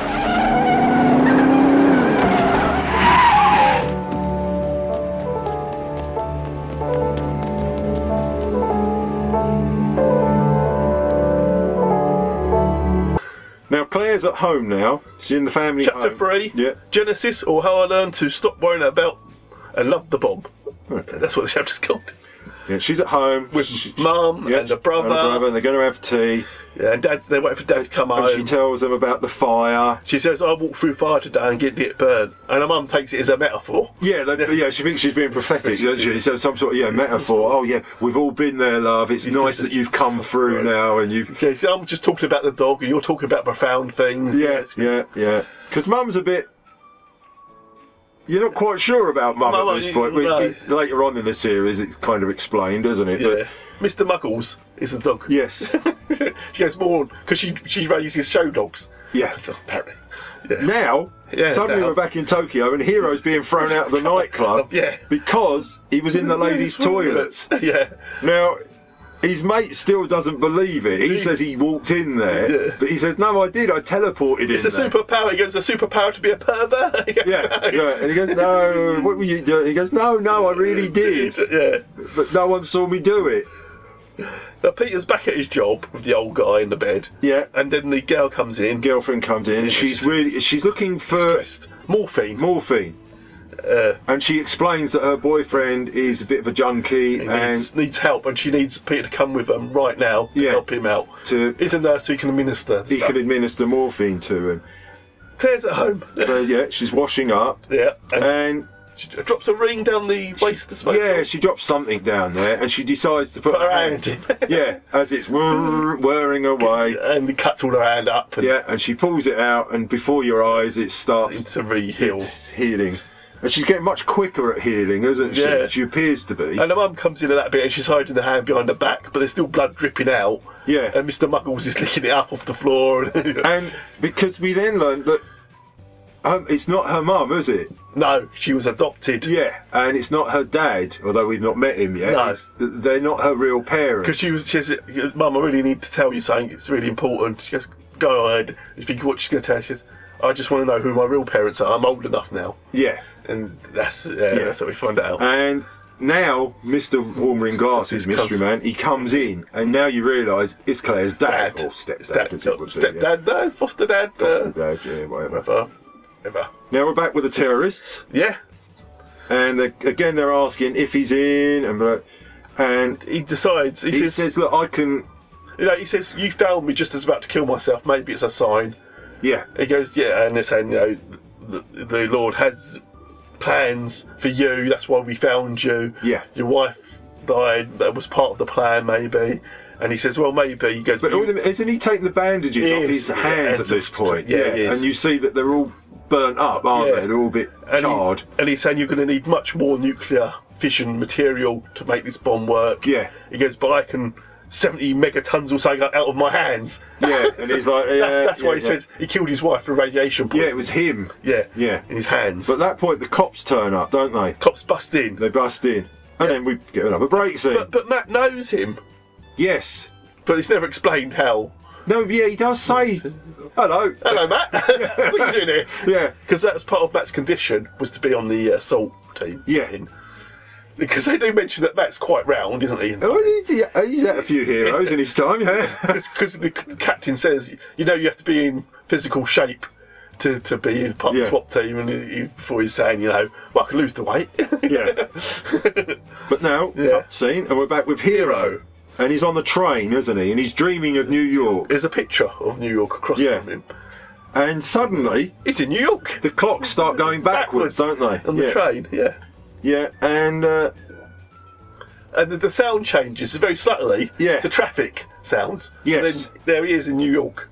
Speaker 3: Now Claire's at home now. She's in the family
Speaker 2: Chapter
Speaker 3: home.
Speaker 2: three.
Speaker 3: Yeah.
Speaker 2: Genesis, or how I learned to stop worrying about and love the bomb.
Speaker 3: Hmm.
Speaker 2: That's what the chapter's called.
Speaker 3: Yeah, she's at home
Speaker 2: with mum and a brother.
Speaker 3: And, her brother, and they're going to have tea.
Speaker 2: Yeah, and dad's they're waiting for dad to come
Speaker 3: and
Speaker 2: home.
Speaker 3: she tells them about the fire.
Speaker 2: She says, "I walked through fire today and get it burned," and her mum takes it as a metaphor.
Speaker 3: Yeah, they, yeah. She thinks she's being prophetic, doesn't she? So some sort of yeah metaphor. Oh yeah, we've all been there, love. It's nice that you've come through now, and you've
Speaker 2: Okay, so I'm just talking about the dog, and you're talking about profound things.
Speaker 3: yeah, yeah, yeah. Because mum's a bit. You're not quite sure about mum
Speaker 2: No, no,
Speaker 3: at this
Speaker 2: you-
Speaker 3: point. We-
Speaker 2: no.
Speaker 3: we- later on in the series, it's kind of explained, isn't it?
Speaker 2: Yeah. Mr. Muggles is the dog.
Speaker 3: Yes.
Speaker 2: she goes more because she she raises show dogs.
Speaker 3: Yeah.
Speaker 2: Apparently.
Speaker 3: But now,
Speaker 2: Yeah,
Speaker 3: suddenly
Speaker 2: now. Oh,
Speaker 3: we're back in Tokyo, and Hero's being thrown out of the nightclub
Speaker 2: Yeah.
Speaker 3: because he was in the ladies' toilets.
Speaker 2: Yeah.
Speaker 3: Now, his mate still doesn't believe it. He says he walked in there,
Speaker 2: Yeah.
Speaker 3: but he says, "No, I did. I teleported
Speaker 2: It's
Speaker 3: in
Speaker 2: a
Speaker 3: there."
Speaker 2: superpower. He goes, a superpower to be a pervert.
Speaker 3: yeah, yeah, and he goes, "No, what were you doing?" He goes, "No, no, I really did."
Speaker 2: Yeah.
Speaker 3: But no one saw me do it.
Speaker 2: Now Peter's back at his job with the old guy in the bed.
Speaker 3: Yeah.
Speaker 2: And then the girl comes in.
Speaker 3: Girlfriend comes in. And she's really she's looking for
Speaker 2: morphine.
Speaker 3: Morphine. and she explains that her boyfriend is a bit of a junkie
Speaker 2: and
Speaker 3: and
Speaker 2: needs, needs help, and she needs Peter to come with them right now to help him out.
Speaker 3: To
Speaker 2: he's a nurse who can administer.
Speaker 3: he
Speaker 2: stuff.
Speaker 3: can administer morphine to him.
Speaker 2: Claire's at home.
Speaker 3: But yeah, she's washing up.
Speaker 2: Yeah.
Speaker 3: And
Speaker 2: She d- drops a ring down the waist this way.
Speaker 3: Uh, Yeah, she drops something down there, and she decides to put, her hand. in. yeah, as it's whir- whirring away,
Speaker 2: and it cuts all her hand up.
Speaker 3: yeah, and she pulls it out, and before your eyes, it starts
Speaker 2: to re-heal.
Speaker 3: It's healing, and she's getting much quicker at healing, isn't she?
Speaker 2: Yeah.
Speaker 3: She appears to be.
Speaker 2: And the mum comes in at that bit and she's hiding the hand behind her back, but there's still blood dripping out.
Speaker 3: Yeah.
Speaker 2: And Mr. Muggles is licking it up off the floor. And,
Speaker 3: and because we then learned that um, it's not her mum, is it?
Speaker 2: No, she was adopted.
Speaker 3: Yeah, and it's not her dad, although we've not met him yet.
Speaker 2: No.
Speaker 3: It's- they're not her real parents.
Speaker 2: Because she was, she says, Mum, I really need to tell you something. It's really important. She goes, Go ahead. If you what she's going to tell, you, she says, I just want to know who my real parents are. I'm old enough now.
Speaker 3: Yeah.
Speaker 2: And that's yeah,
Speaker 3: Yeah.
Speaker 2: that's what we find out.
Speaker 3: And now, Mr. Warmering Glasses, Mystery
Speaker 2: comes-
Speaker 3: Man, he comes in, and now you realise it's Claire's dad, or stepdad, as it would be, yeah.
Speaker 2: Stepdad, no, foster dad.
Speaker 3: Foster
Speaker 2: uh,
Speaker 3: dad, yeah, whatever.
Speaker 2: Whatever. Ever.
Speaker 3: Now we're back with the terrorists.
Speaker 2: Yeah.
Speaker 3: And they, again, they're asking if he's in, and blah- and
Speaker 2: he decides. He,
Speaker 3: says, "Look, I can."
Speaker 2: You know, he says, "You found me just as about to kill myself. Maybe it's a sign."
Speaker 3: Yeah.
Speaker 2: He goes, "Yeah," and they're saying, "You know, the, the Lord has plans for you. That's why we found you.
Speaker 3: Yeah.
Speaker 2: Your wife died. That was part of the plan, maybe." And he says, "Well, maybe." He goes,
Speaker 3: But all the- isn't he taking the bandages
Speaker 2: He
Speaker 3: off
Speaker 2: is,
Speaker 3: his
Speaker 2: yeah,
Speaker 3: hands
Speaker 2: and
Speaker 3: at this
Speaker 2: just-
Speaker 3: point?
Speaker 2: yeah, he is.
Speaker 3: and you see that they're all burnt up, aren't
Speaker 2: Yeah.
Speaker 3: they? They're all a bit
Speaker 2: and, he-
Speaker 3: charred.
Speaker 2: and he's saying you're going to need much more nuclear fission material to make this bomb work.
Speaker 3: Yeah.
Speaker 2: He goes, but I can 70 megatons or something out of my hands.
Speaker 3: Yeah, and he's like, yeah,
Speaker 2: that's, that's why
Speaker 3: yeah,
Speaker 2: he
Speaker 3: yeah.
Speaker 2: says he killed his wife for radiation poisoning.
Speaker 3: Yeah, it was him.
Speaker 2: Yeah.
Speaker 3: Yeah.
Speaker 2: In his hands.
Speaker 3: But at that point, the cops turn up, don't they?
Speaker 2: Cops bust in.
Speaker 3: They bust in. And then we get another break scene.
Speaker 2: But, but Matt knows him.
Speaker 3: Yes.
Speaker 2: But it's never explained how.
Speaker 3: No, yeah, he does say, hello.
Speaker 2: Hello, Matt. what are you doing here?
Speaker 3: Yeah.
Speaker 2: Because that was part of Matt's condition, was to be on the uh, salt team.
Speaker 3: Yeah.
Speaker 2: Because they do mention that Matt's quite round, isn't he?
Speaker 3: Oh, he's, he- he's had a few heroes in his time, yeah.
Speaker 2: Because the c- captain says, you know, you have to be in physical shape to, to be in part of
Speaker 3: Yeah.
Speaker 2: the SWAT team, and he, he- before he's saying, you know, well, I could lose the weight.
Speaker 3: yeah. But now, cut scene, and we're back with Hero. And he's on the train, isn't he? And he's dreaming of New York.
Speaker 2: There's a picture of New York across
Speaker 3: yeah.
Speaker 2: from him.
Speaker 3: And suddenly.
Speaker 2: It's in New York!
Speaker 3: The clocks start going backwards, don't they?
Speaker 2: On the
Speaker 3: Yeah.
Speaker 2: train, yeah.
Speaker 3: Yeah, and. Uh,
Speaker 2: and the, the sound changes very subtly yeah. to traffic sounds.
Speaker 3: Yes.
Speaker 2: And then there he is in New York.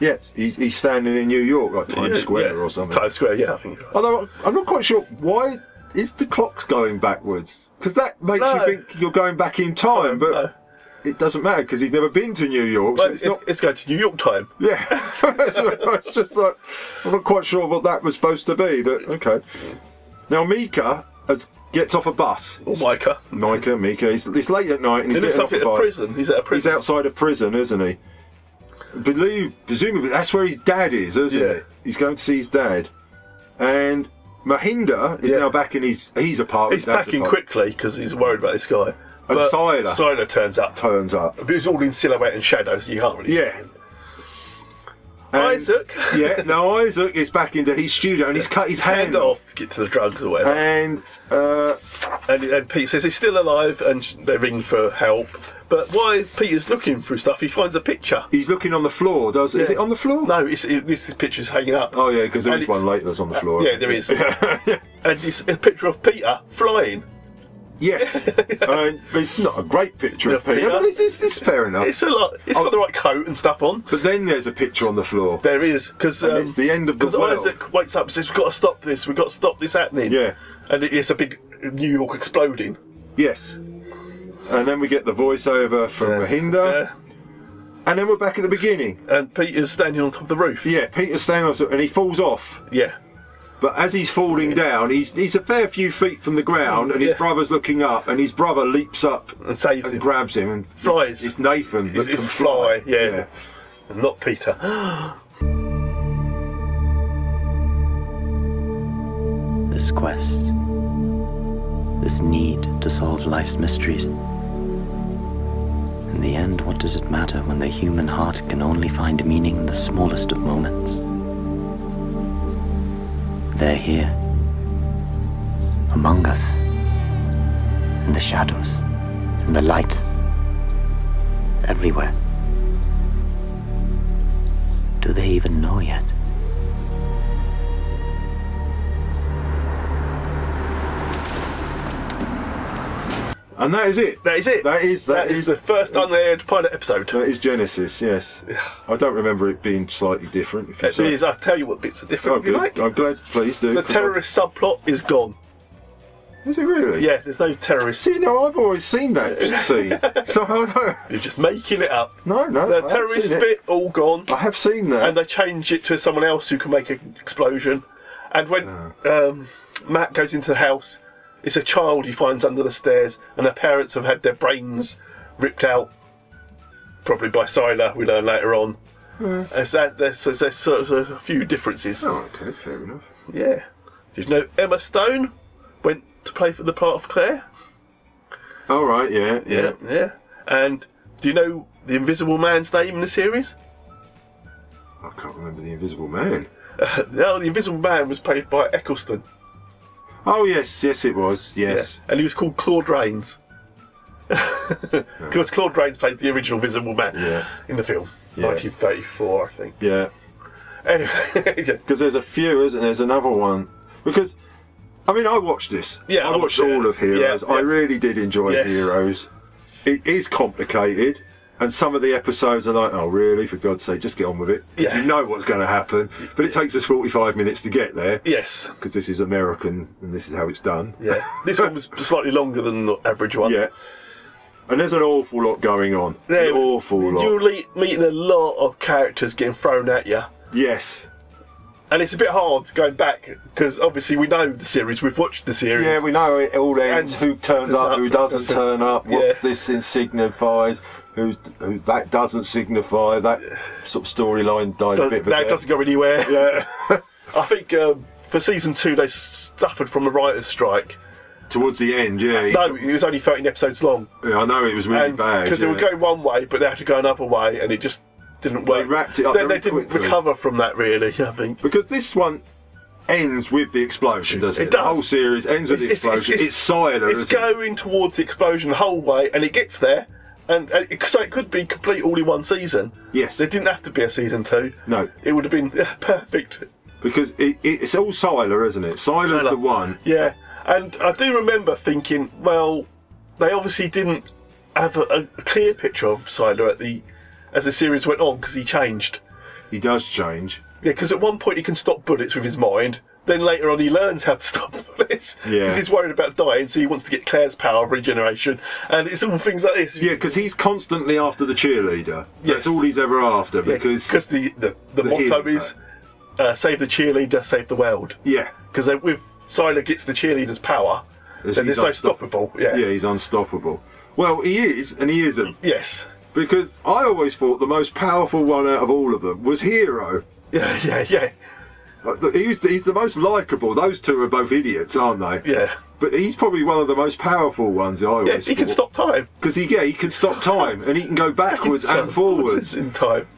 Speaker 3: Yes, he's, he's standing in New York, like Times
Speaker 2: Yeah,
Speaker 3: Square
Speaker 2: yeah.
Speaker 3: or something.
Speaker 2: Times Square, yeah. I think.
Speaker 3: Although I'm not quite sure why is the clocks going backwards because that makes you think you're going back in time, but it doesn't matter because he's never been to New York, so
Speaker 2: Well,
Speaker 3: it's,
Speaker 2: it's,
Speaker 3: not.
Speaker 2: it's going to New York time.
Speaker 3: Yeah, it's just like I'm not quite sure what that was supposed to be, but okay. Now Mika has, gets off a bus.
Speaker 2: Or Micah.
Speaker 3: Mika, Mika. It's, it's late at night, and he's
Speaker 2: It looks like
Speaker 3: getting off a
Speaker 2: at a
Speaker 3: bike.
Speaker 2: prison. He's at a prison.
Speaker 3: He's outside a prison, isn't he? Believe, presumably, that's where his dad is, isn't
Speaker 2: Yeah.
Speaker 3: it? He's going to see his dad, and Mahinda is now back in his his apartment.
Speaker 2: He's
Speaker 3: his dad's
Speaker 2: packing
Speaker 3: apartment.
Speaker 2: quickly because he's worried about this guy.
Speaker 3: And
Speaker 2: But
Speaker 3: Siler.
Speaker 2: Siler turns up.
Speaker 3: Turns up.
Speaker 2: But it's all in silhouette and shadow, so you can't really.
Speaker 3: Yeah.
Speaker 2: Isaac.
Speaker 3: yeah, now Isaac is back into his studio, and he's cut his hand,
Speaker 2: off to get to the drugs or whatever.
Speaker 3: And uh,
Speaker 2: and, and Pete says he's still alive, and sh- they ring for help. But why Peter's looking through stuff, he finds a picture.
Speaker 3: He's looking on the floor. Does is it on the floor?
Speaker 2: No, it's, it, this this picture's hanging up.
Speaker 3: Oh yeah, because there
Speaker 2: And
Speaker 3: is
Speaker 2: it's-
Speaker 3: one later that's on the floor.
Speaker 2: Yeah, there is. and it's a picture of Peter flying.
Speaker 3: Yes, and it's not a great picture of Peter, but it's, it's, it's fair enough.
Speaker 2: It's a lot. It's
Speaker 3: Oh.
Speaker 2: got the right coat and stuff on.
Speaker 3: But then there's a picture on the floor.
Speaker 2: There is because
Speaker 3: And it's the end of the world.
Speaker 2: Isaac wakes up and says, "We've got to stop this. We've got to stop this happening."
Speaker 3: Yeah.
Speaker 2: and it, it's a big New York exploding.
Speaker 3: Yes. And then we get the voiceover from Mahinda. And then we're back at the beginning.
Speaker 2: And Peter's standing on top of the roof.
Speaker 3: Yeah, Peter's standing on top and he falls off.
Speaker 2: Yeah.
Speaker 3: But as he's falling down, he's he's a fair few feet from the ground and his
Speaker 2: Yeah.
Speaker 3: brother's looking up and his brother leaps up
Speaker 2: and saves
Speaker 3: and grabs him and
Speaker 2: Flies.
Speaker 3: It's, it's Nathan that
Speaker 2: It's
Speaker 3: can
Speaker 2: fly,
Speaker 3: fly.
Speaker 2: yeah. and not Peter.
Speaker 1: this quest, this need to solve life's mysteries. In the end, what does it matter when the human heart can only find meaning in the smallest of moments? They're here, among us, in the shadows, in the light, everywhere. Do they even know yet?
Speaker 3: And that is it.
Speaker 2: That is it.
Speaker 3: That is that,
Speaker 2: That is the first unaired pilot episode.
Speaker 3: That is Genesis. Yes. I don't remember it being slightly different. If you
Speaker 2: It is. I'll tell you what bits are
Speaker 3: Oh,
Speaker 2: different. if you like.
Speaker 3: I'm glad. Please do.
Speaker 2: The
Speaker 3: 'cause I-
Speaker 2: terrorist subplot is gone.
Speaker 3: Is it really?
Speaker 2: Yeah, there's no terrorists.
Speaker 3: See, no, I've always seen that scene. So I don't.
Speaker 2: You're just making it up.
Speaker 3: No, no. I
Speaker 2: The
Speaker 3: haven't
Speaker 2: terrorist
Speaker 3: seen it.
Speaker 2: bit all gone.
Speaker 3: I have seen that.
Speaker 2: And they change it to someone else who can make an explosion. And when
Speaker 3: Ah.
Speaker 2: um, Matt goes into the house, it's a child he finds under the stairs, and her parents have had their brains ripped out, probably by Scylla. We learn later on.
Speaker 3: Yeah.
Speaker 2: As that, there's, there's, there's sort of a few differences.
Speaker 3: Hmm. Oh, okay, fair enough.
Speaker 2: Yeah. Did you know Emma Stone went to play for the part of Claire?
Speaker 3: All right. Yeah. Yeah.
Speaker 2: yeah. And do you know the Invisible Man's name in the series?
Speaker 3: I can't remember the Invisible Man.
Speaker 2: Uh, no, the Invisible Man was played by Eccleston.
Speaker 3: Oh yes, yes it was. Yes.
Speaker 2: And he was called Claude Rains. Because Claude Rains played the original Visible Man in the film,
Speaker 3: Yeah.
Speaker 2: 1934, I think.
Speaker 3: Yeah.
Speaker 2: Anyway.
Speaker 3: Because there's a few, isn't there? There's another one. Because, I mean, I watched this.
Speaker 2: Yeah, I
Speaker 3: I
Speaker 2: watched
Speaker 3: watched
Speaker 2: it.
Speaker 3: all of Heroes.
Speaker 2: Yeah,
Speaker 3: I
Speaker 2: yeah.
Speaker 3: really did enjoy
Speaker 2: Yes.
Speaker 3: Heroes. It is complicated, and some of the episodes are like, oh, really? For God's sake, just get on with it. 'Cause
Speaker 2: Yeah.
Speaker 3: You know what's going to happen, but it takes us 45 minutes to get there.
Speaker 2: Yes.
Speaker 3: Because this is American, and this is how it's done.
Speaker 2: Yeah. This one was slightly longer than the average one.
Speaker 3: Yeah. And there's an awful lot going on.
Speaker 2: There-
Speaker 3: an awful lot.
Speaker 2: You're le- meeting a lot of characters getting thrown at you.
Speaker 3: Yes.
Speaker 2: And it's a bit hard going back because obviously we know the series, we've watched the series.
Speaker 3: Yeah, we know it all ends. who turns up, who doesn't turn up, what
Speaker 2: Yeah.
Speaker 3: this in signifies, who, who that doesn't signify. That sort of storyline died a
Speaker 2: Does-
Speaker 3: bit. of a
Speaker 2: that
Speaker 3: death.
Speaker 2: doesn't go anywhere.
Speaker 3: Yeah.
Speaker 2: I think um, for season two they suffered from a writer's strike.
Speaker 3: Towards the end, yeah.
Speaker 2: No, it was only 13 episodes long.
Speaker 3: Yeah, I know it was really bad.
Speaker 2: Because they
Speaker 3: yeah.
Speaker 2: were going one way, but they had to go another way, and it just didn't work. They wrapped
Speaker 3: it up
Speaker 2: They,
Speaker 3: very
Speaker 2: didn't
Speaker 3: quickly.
Speaker 2: recover from that, really, I think.
Speaker 3: Because this one ends with the explosion, doesn't it?
Speaker 2: It
Speaker 3: The
Speaker 2: does.
Speaker 3: whole series ends with the explosion. It's, Scylla,
Speaker 2: It's
Speaker 3: isn't it?
Speaker 2: going towards the explosion the whole way, and it gets there. And, and it, so it could be complete all in one season.
Speaker 3: Yes.
Speaker 2: There didn't have to be a season two.
Speaker 3: No.
Speaker 2: It would have been yeah, perfect.
Speaker 3: Because it, it, it's all Scylla, isn't it? Scylla's
Speaker 2: Scylla.
Speaker 3: the one.
Speaker 2: Yeah, and I do remember thinking, well, they obviously didn't have a, a clear picture of Scylla at the as the series went on because he changed.
Speaker 3: He does change.
Speaker 2: Yeah, because at one point he can stop bullets with his mind. Then later on he learns how to stop bullets because
Speaker 3: Yeah.
Speaker 2: he's worried about dying, so he wants to get Claire's power of regeneration, and it's all things like this.
Speaker 3: Yeah, because he's constantly after the cheerleader. That's all he's ever after. Because
Speaker 2: because the the, the,
Speaker 3: The
Speaker 2: motto
Speaker 3: hero.
Speaker 2: is uh, save the cheerleader, save the world.
Speaker 3: Yeah.
Speaker 2: Because with Scylla gets the cheerleader's power,
Speaker 3: He's
Speaker 2: then there's no
Speaker 3: unstoppable.
Speaker 2: stoppable. Yeah.
Speaker 3: yeah, he's unstoppable. Well, he is, and he isn't.
Speaker 2: Yes.
Speaker 3: Because I always thought the most powerful one out of all of them was Hero.
Speaker 2: Yeah, yeah, yeah.
Speaker 3: He's the, he's the most likable. Those two are both idiots, aren't they?
Speaker 2: Yeah.
Speaker 3: But he's probably one of the most powerful ones. I always.
Speaker 2: Yeah, he can stop time.
Speaker 3: Because he yeah he can stop time and he can go backwards and forwards
Speaker 2: in time.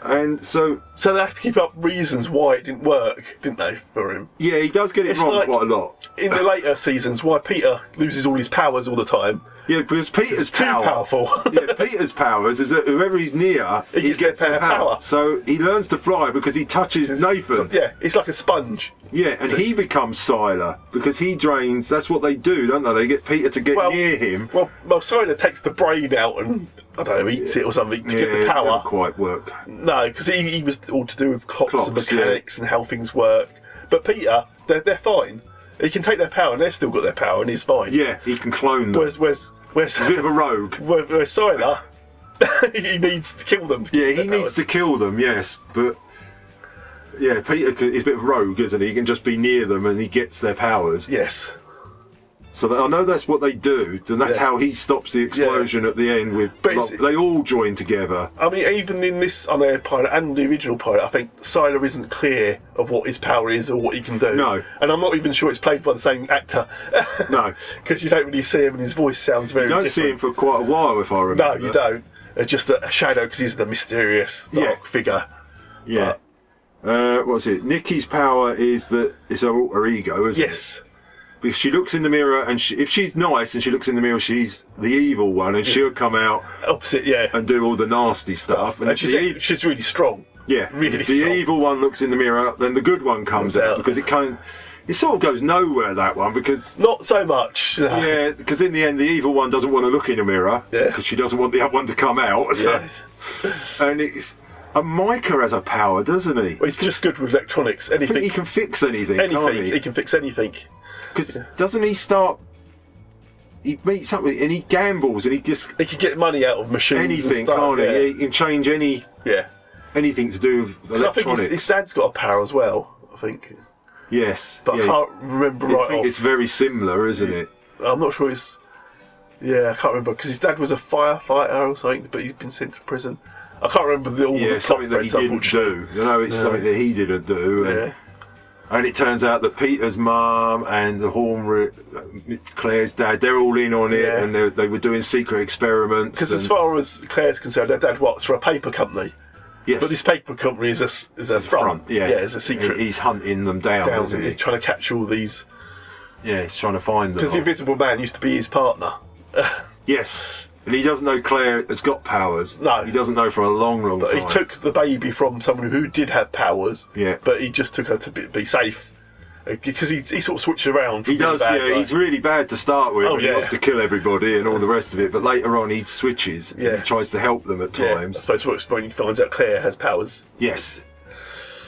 Speaker 3: And so,
Speaker 2: so they have to keep up reasons why it didn't work, didn't they, for him?
Speaker 3: Yeah, he does get it wrong quite a lot.
Speaker 2: In the later seasons, why Peter loses all his powers all the time?
Speaker 3: Yeah, because Peter's
Speaker 2: too
Speaker 3: power-
Speaker 2: powerful.
Speaker 3: yeah, Peter's powers is that whoever he's near, he,
Speaker 2: gets their
Speaker 3: the
Speaker 2: power.
Speaker 3: So he learns to fly because he touches Nathan.
Speaker 2: Yeah, it's like a sponge.
Speaker 3: Yeah, and he becomes Scylla because he drains. That's what they do, don't they? They get Peter to get near him.
Speaker 2: Well, well, Scylla takes the brain out and I don't know, eats it or something to get
Speaker 3: Yeah,
Speaker 2: the power.
Speaker 3: didn't quite work.
Speaker 2: No, because he, he was all to do with clocks, and
Speaker 3: Clocks, yeah.
Speaker 2: mechanics and how things work. But Peter, they're, they're fine. He can take their power and they've still got their power and he's fine.
Speaker 3: Yeah, he can clone them.
Speaker 2: Where's where's where's
Speaker 3: He's a bit of a rogue.
Speaker 2: Where, where's Scylla? he needs to kill them.
Speaker 3: Yeah, he needs to kill them. Yes, but yeah, Peter c- is a bit of a rogue, isn't he? He can just be near them and he gets their powers.
Speaker 2: Yes.
Speaker 3: So that, I know that's what they do, and that's
Speaker 2: Yeah.
Speaker 3: how he stops the explosion at the end. With
Speaker 2: But it's-
Speaker 3: like, they all join together.
Speaker 2: I mean, even in this unaired pilot and the original pilot, I think Scylla isn't clear of what his power is or what he can do. No. And I'm not even sure it's played by the same actor.
Speaker 3: no.
Speaker 2: Because you don't really see him and his voice sounds very
Speaker 3: You don't see him
Speaker 2: different.
Speaker 3: for quite a while, if I
Speaker 2: No,
Speaker 3: remember.
Speaker 2: you don't. It's just a, a shadow because he's the mysterious dark figure.
Speaker 3: Yeah. Uh, what's it? Nikki's power is that it's her alter ego, isn't
Speaker 2: yes. it?
Speaker 3: Because she looks in the mirror, and she, if she's nice and she looks in the mirror, she's the evil one, and
Speaker 2: Yeah.
Speaker 3: she'll come out
Speaker 2: opposite, yeah,
Speaker 3: and do all the nasty stuff.
Speaker 2: And
Speaker 3: if
Speaker 2: she's,
Speaker 3: the e-
Speaker 2: she's really strong.
Speaker 3: yeah,
Speaker 2: really
Speaker 3: the
Speaker 2: strong.
Speaker 3: evil one looks in the mirror, then the good one comes out because it can It sort of goes nowhere that one because
Speaker 2: not so much. no.
Speaker 3: Yeah, because in the end, the evil one doesn't want to look in a mirror because she doesn't want the other one to come out. So. and it's and Micah has a power, doesn't he?
Speaker 2: Well, he's just good with electronics. Anything
Speaker 3: he can fix anything.
Speaker 2: Anything.
Speaker 3: can't he?
Speaker 2: he can fix anything.
Speaker 3: Because doesn't he start? He meets up with and he gambles and he just
Speaker 2: he can get money out of machines. and
Speaker 3: Anything,
Speaker 2: stuff,
Speaker 3: can't
Speaker 2: yeah.
Speaker 3: he? He can change any
Speaker 2: yeah
Speaker 3: anything to do with
Speaker 2: 'Cause I think
Speaker 3: electronics.
Speaker 2: his, his dad's got a power as well. I think,
Speaker 3: yes,
Speaker 2: but
Speaker 3: yeah,
Speaker 2: I can't remember
Speaker 3: I
Speaker 2: right
Speaker 3: think
Speaker 2: off.
Speaker 3: it's very similar, isn't it?
Speaker 2: I'm not sure he's. Yeah, I can't remember because his dad was a firefighter or something, but he's been sent to prison. I can't remember the all
Speaker 3: yeah,
Speaker 2: the
Speaker 3: something that he
Speaker 2: plot threads,
Speaker 3: didn't do. You know, it's
Speaker 2: No.
Speaker 3: something that he didn't do. And,
Speaker 2: Yeah.
Speaker 3: and it turns out that Peter's mum and the Horn, Claire's dad, they're all in on it,
Speaker 2: Yeah.
Speaker 3: and they, they were doing secret experiments.
Speaker 2: Because as
Speaker 3: and-
Speaker 2: far as Claire's concerned, her dad works for a paper company.
Speaker 3: Yes.
Speaker 2: But this paper company is a, s- is a front.
Speaker 3: yeah.
Speaker 2: it's a secret.
Speaker 3: He- he's hunting them down,
Speaker 2: down
Speaker 3: isn't
Speaker 2: he's
Speaker 3: he?
Speaker 2: trying to catch all these.
Speaker 3: Yeah, he's trying to find them.
Speaker 2: Because the
Speaker 3: all.
Speaker 2: Invisible Man used to be his partner.
Speaker 3: yes, and he doesn't know Claire has got powers. No, he doesn't know for a long, long
Speaker 2: But
Speaker 3: time.
Speaker 2: he took the baby from someone who did have powers.
Speaker 3: Yeah.
Speaker 2: But he just took her to be, be safe. Uh, Because he, he sort of switched around. from
Speaker 3: He
Speaker 2: being
Speaker 3: does,
Speaker 2: a bad
Speaker 3: yeah.
Speaker 2: guy.
Speaker 3: He's really bad to start with.
Speaker 2: Oh,
Speaker 3: and He
Speaker 2: yeah.
Speaker 3: wants to kill everybody and all the rest of it. But later on, he switches. and
Speaker 2: Yeah.
Speaker 3: he tries to help them at
Speaker 2: Yeah,
Speaker 3: times.
Speaker 2: I suppose it's when he finds out Claire has powers.
Speaker 3: Yes.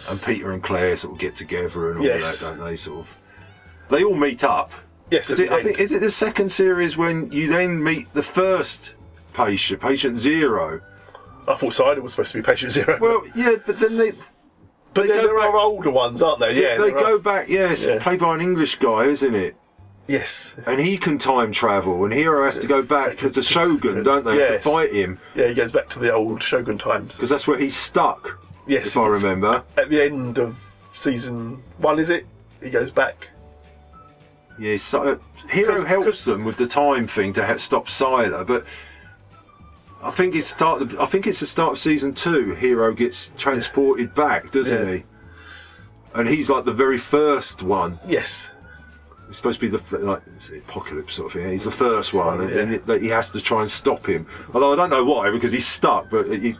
Speaker 3: And Peter and Claire sort of get together and all
Speaker 2: Yes.
Speaker 3: that, don't they? Sort of. They all meet up.
Speaker 2: Yes,
Speaker 3: Is
Speaker 2: at
Speaker 3: it,
Speaker 2: the
Speaker 3: I think
Speaker 2: end.
Speaker 3: is it the second series when you then meet the first patient, patient zero?
Speaker 2: I thought Cider was supposed to be patient zero.
Speaker 3: Well, yeah, but then they.
Speaker 2: But
Speaker 3: they
Speaker 2: then
Speaker 3: go
Speaker 2: there are older ones, aren't there? Yeah,
Speaker 3: they
Speaker 2: there
Speaker 3: go
Speaker 2: are.
Speaker 3: back. Yes,
Speaker 2: Yeah.
Speaker 3: played by an English guy, isn't it?
Speaker 2: Yes.
Speaker 3: And he can time travel, and Hero has to go back because the Shogun, don't they, have
Speaker 2: Yes.
Speaker 3: to fight him
Speaker 2: Yeah, he goes back to the old Shogun times.
Speaker 3: because that's where he's stuck.
Speaker 2: Yes,
Speaker 3: if I
Speaker 2: it's-
Speaker 3: remember.
Speaker 2: At the end of season one, is it? He goes back.
Speaker 3: Yeah, so uh, Hero helps them with the time thing to ha- stop Siler, but I think it's start. Of, I think it's the start of season two. Hero gets transported back, doesn't
Speaker 2: Yeah.
Speaker 3: he? And he's like the very first one.
Speaker 2: Yes.
Speaker 3: It's supposed to be the f- like it's the apocalypse sort of thing. He's the first one, and,
Speaker 2: yeah.
Speaker 3: and it, that he has to try and stop him. Although I don't know why, because he's stuck. But he,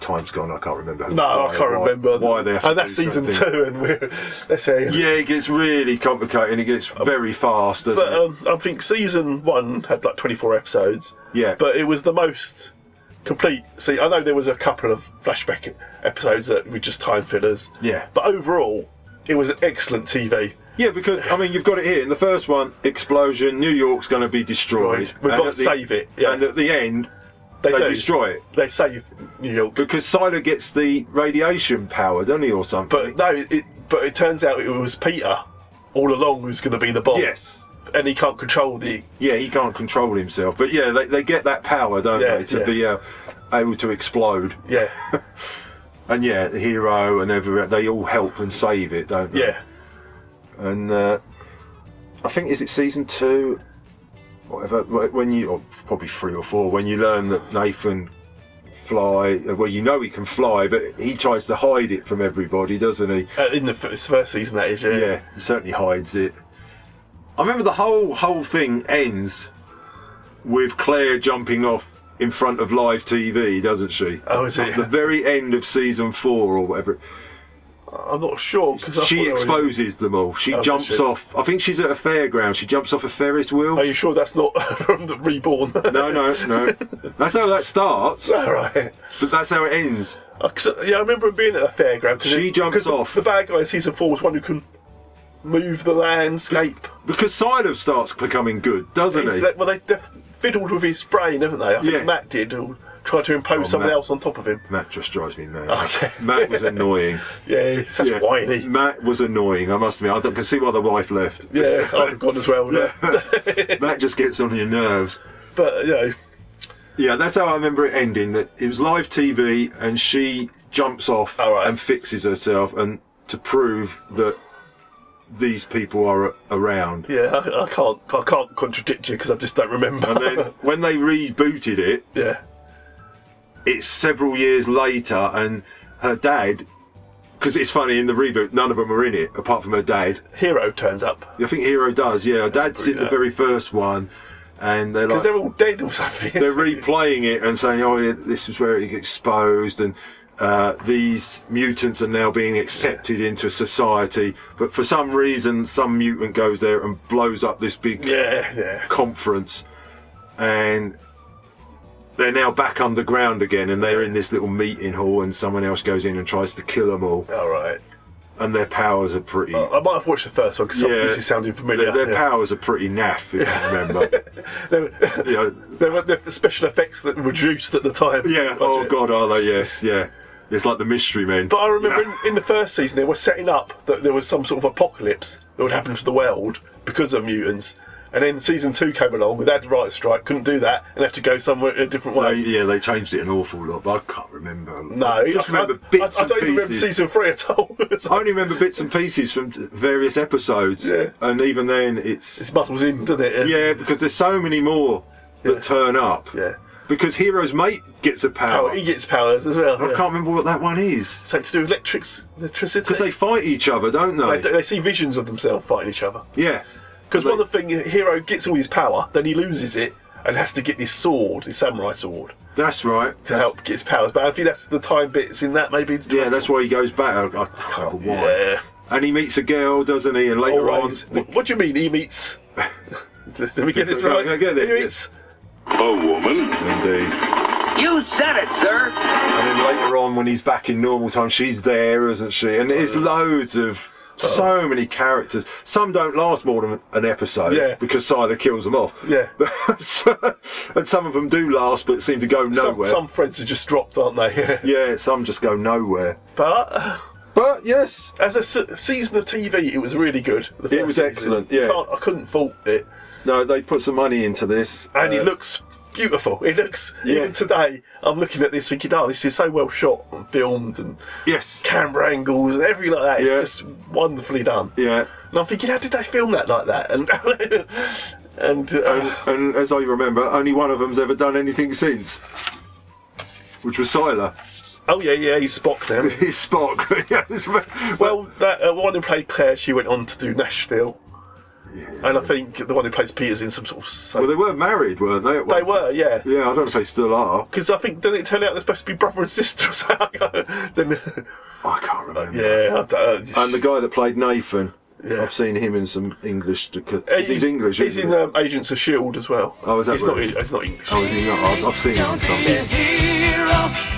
Speaker 3: time's gone. I can't remember.
Speaker 2: No, I
Speaker 3: why-
Speaker 2: can't
Speaker 3: why-
Speaker 2: remember.
Speaker 3: why they have to
Speaker 2: And that's
Speaker 3: do
Speaker 2: season
Speaker 3: something.
Speaker 2: two, and we're let's say.
Speaker 3: Yeah, it gets really complicated. and It gets very fast, doesn't
Speaker 2: But
Speaker 3: it?
Speaker 2: um, I think season one had like 24 episodes.
Speaker 3: Yeah.
Speaker 2: But it was the most complete. See, I know there was a couple of flashback episodes that were just time fillers.
Speaker 3: Yeah.
Speaker 2: But overall, it was excellent TV.
Speaker 3: Yeah, because I mean, you've got it here in the first one: explosion, New York's going to be destroyed.
Speaker 2: We've
Speaker 3: And
Speaker 2: got
Speaker 3: at
Speaker 2: to
Speaker 3: the-
Speaker 2: save it. Yeah.
Speaker 3: And at the end,
Speaker 2: They
Speaker 3: they,
Speaker 2: do.
Speaker 3: destroy it.
Speaker 2: They save New York
Speaker 3: because Siler gets the radiation power, doesn't he, or
Speaker 2: But
Speaker 3: something?
Speaker 2: no, it, but it turns out it was Peter all along who's going to be the bomb.
Speaker 3: Yes.
Speaker 2: And he can't control the.
Speaker 3: yeah, he can't control himself. But yeah, they, they get that power, don't
Speaker 2: Yeah,
Speaker 3: they, to
Speaker 2: yeah.
Speaker 3: be uh, able to explode.
Speaker 2: Yeah.
Speaker 3: and yeah, the hero and everyone, they all help and save it, don't they?
Speaker 2: Yeah.
Speaker 3: And uh, I think is it season two, whatever. wh- When you, or probably three or four, when you learn that Nathan fly, well, you know he can fly, but he tries to hide it from everybody, doesn't he?
Speaker 2: Uh, in the f- first season, that is, yeah.
Speaker 3: Yeah, he certainly hides it. I remember the whole whole thing ends with Claire jumping off in front of live TV, doesn't she?
Speaker 2: Oh, is it?
Speaker 3: At the very end of season four or whatever.
Speaker 2: I'm not sure. 'cause I
Speaker 3: She
Speaker 2: thought I was-
Speaker 3: exposes them all. She
Speaker 2: Oh, does
Speaker 3: jumps
Speaker 2: she?
Speaker 3: off. I think she's at a fairground. She jumps off a Ferris wheel.
Speaker 2: Are you sure that's not from the Reborn?
Speaker 3: No, no, no. That's how that starts.
Speaker 2: All right.
Speaker 3: But that's how it ends.
Speaker 2: Uh, 'cause, uh, yeah, I remember him being at a fairground. Cause
Speaker 3: She
Speaker 2: it-
Speaker 3: jumps
Speaker 2: 'cause the-
Speaker 3: off.
Speaker 2: The, bad guy in season four was one who can move the landscape.
Speaker 3: Because Sido starts becoming good, doesn't he?
Speaker 2: Like, well, they, they fiddled with his brain, haven't they? I think
Speaker 3: Yeah.
Speaker 2: Matt did, or tried to impose
Speaker 3: Oh,
Speaker 2: someone
Speaker 3: Matt.
Speaker 2: else on top of him.
Speaker 3: Matt just drives me mad.
Speaker 2: Oh, yeah.
Speaker 3: Matt was annoying.
Speaker 2: Yeah, he's such whiny.
Speaker 3: Matt was annoying, I must admit. I don't- can see why the wife left.
Speaker 2: Yeah, I've gone as well. Yeah.
Speaker 3: Matt just gets on your nerves.
Speaker 2: But, you know.
Speaker 3: Yeah, that's how I remember it ending. That it was live TV and she jumps off and fixes herself and to prove that these people are a- around.
Speaker 2: Yeah, I, I can't. I can't contradict you because I just don't remember.
Speaker 3: And then when they rebooted it,
Speaker 2: yeah,
Speaker 3: it's several years later, and her dad. Because it's funny in the reboot, none of them are in it apart from her dad.
Speaker 2: Hero turns up
Speaker 3: I think Hero does. Yeah, her dad's in the
Speaker 2: Yeah.
Speaker 3: very first one, and they're
Speaker 2: because
Speaker 3: like
Speaker 2: they're all dead or something.
Speaker 3: they're replaying it and saying, "Oh, yeah, this was where it gets exposed," and uh, these mutants are now being accepted into society, but for some reason, some mutant goes there and blows up this big
Speaker 2: Yeah, yeah.
Speaker 3: conference, and they're now back underground again, and they're in this little meeting hall, and someone else goes in and tries to kill them all.
Speaker 2: All right.
Speaker 3: And their powers are pretty.
Speaker 2: I might have watched the first one because
Speaker 3: Yeah.
Speaker 2: this is sounding familiar.
Speaker 3: Their, their
Speaker 2: yeah.
Speaker 3: powers are pretty naff, if you remember.
Speaker 2: they,
Speaker 3: were,
Speaker 2: they were the special effects that reduced at the time.
Speaker 3: Yeah. Oh God, are they? Yes. Yeah. It's like the Mystery Men.
Speaker 2: But I remember in, in the first season they were setting up that there was some sort of apocalypse that would happen to the world because of mutants. And then season two came along, they had the writer's strike, couldn't do that, and had to go somewhere a different
Speaker 3: They,
Speaker 2: way.
Speaker 3: Oh, yeah, they changed it an awful lot, but I can't remember.
Speaker 2: No,
Speaker 3: I just
Speaker 2: I-
Speaker 3: remember
Speaker 2: I-
Speaker 3: bits.
Speaker 2: I
Speaker 3: and
Speaker 2: don't even remember
Speaker 3: pieces.
Speaker 2: season three at all.
Speaker 3: I only remember bits and pieces from various episodes, and even then, it's
Speaker 2: it's muddles in, doesn't it?
Speaker 3: Yeah, because there's so many more that turn up.
Speaker 2: Yeah. Oh,
Speaker 3: Because Hero's mate gets a power.
Speaker 2: Power- he gets powers as well.
Speaker 3: I can't remember what that one is.
Speaker 2: Something to do with electrics, electricity.
Speaker 3: Because they fight each other, don't they?
Speaker 2: They, they see visions of themselves fighting each other.
Speaker 3: Yeah.
Speaker 2: Because one of the things, Hero gets all his power, then he loses it and has to get this sword, his samurai sword.
Speaker 3: That's right.
Speaker 2: To help get his powers. But I think that's the time bits in that, maybe.
Speaker 3: Yeah, that's why he goes back. I, I can't remember why.
Speaker 2: Yeah.
Speaker 3: And he meets a girl, doesn't he? And later
Speaker 2: Always.
Speaker 3: on,
Speaker 2: what do you mean he meets? Let's do we get this
Speaker 3: Right,
Speaker 2: right.
Speaker 3: I get it,
Speaker 2: He meets
Speaker 3: a woman, indeed.
Speaker 8: You said it, sir.
Speaker 3: And then later on, when he's back in normal time, she's there, isn't she? And there's loads of so many characters. Some don't last more than an episode
Speaker 2: Yeah.
Speaker 3: because Scyther kills them off.
Speaker 2: Yeah.
Speaker 3: and some of them do last, but seem to go nowhere.
Speaker 2: some threads are just dropped, aren't they?
Speaker 3: yeah, some just go nowhere.
Speaker 2: But. uh,
Speaker 3: But yes,
Speaker 2: as a se- season of TV, it was really good. The
Speaker 3: It
Speaker 2: first
Speaker 3: was
Speaker 2: season.
Speaker 3: excellent,
Speaker 2: You
Speaker 3: yeah.
Speaker 2: can't, I couldn't fault it.
Speaker 3: No, they put some money into this,
Speaker 2: and
Speaker 3: uh,
Speaker 2: it looks beautiful. It looks
Speaker 3: Yeah.
Speaker 2: even today. I'm looking at this thinking, oh, this is so well shot and filmed, and
Speaker 3: yes,
Speaker 2: camera angles and everything like that. It's just wonderfully done.
Speaker 3: Yeah.
Speaker 2: And I'm thinking, how did they film that like that? And uh, and, uh,
Speaker 3: and as I remember, only one of them's ever done anything since, which was Siler.
Speaker 2: oh yeah, yeah, he's Spock now.
Speaker 3: he's Spock.
Speaker 2: well, that uh, one who played Claire, she went on to do Nashville. And I think the one who plays Peter's in some sort of.
Speaker 3: Well, they were married, weren't they?
Speaker 2: They were, yeah.
Speaker 3: Yeah, I don't know if they still are.
Speaker 2: Because I think didn't it turn out they're supposed to be brother and sister or something? then,
Speaker 3: I can't remember.
Speaker 2: Yeah, I don't, uh,
Speaker 3: and the guy that played Nathan,
Speaker 2: Yeah.
Speaker 3: I've seen him in some English. Because
Speaker 2: Uh,
Speaker 3: he's, English.
Speaker 2: He's
Speaker 3: isn't
Speaker 2: in um, Agents of Shield as well.
Speaker 3: Oh, is that
Speaker 2: he's
Speaker 3: what
Speaker 2: not,
Speaker 3: it is?
Speaker 2: he's not English.
Speaker 3: Oh, is he not? I've, I've seen him in something.
Speaker 8: Hero,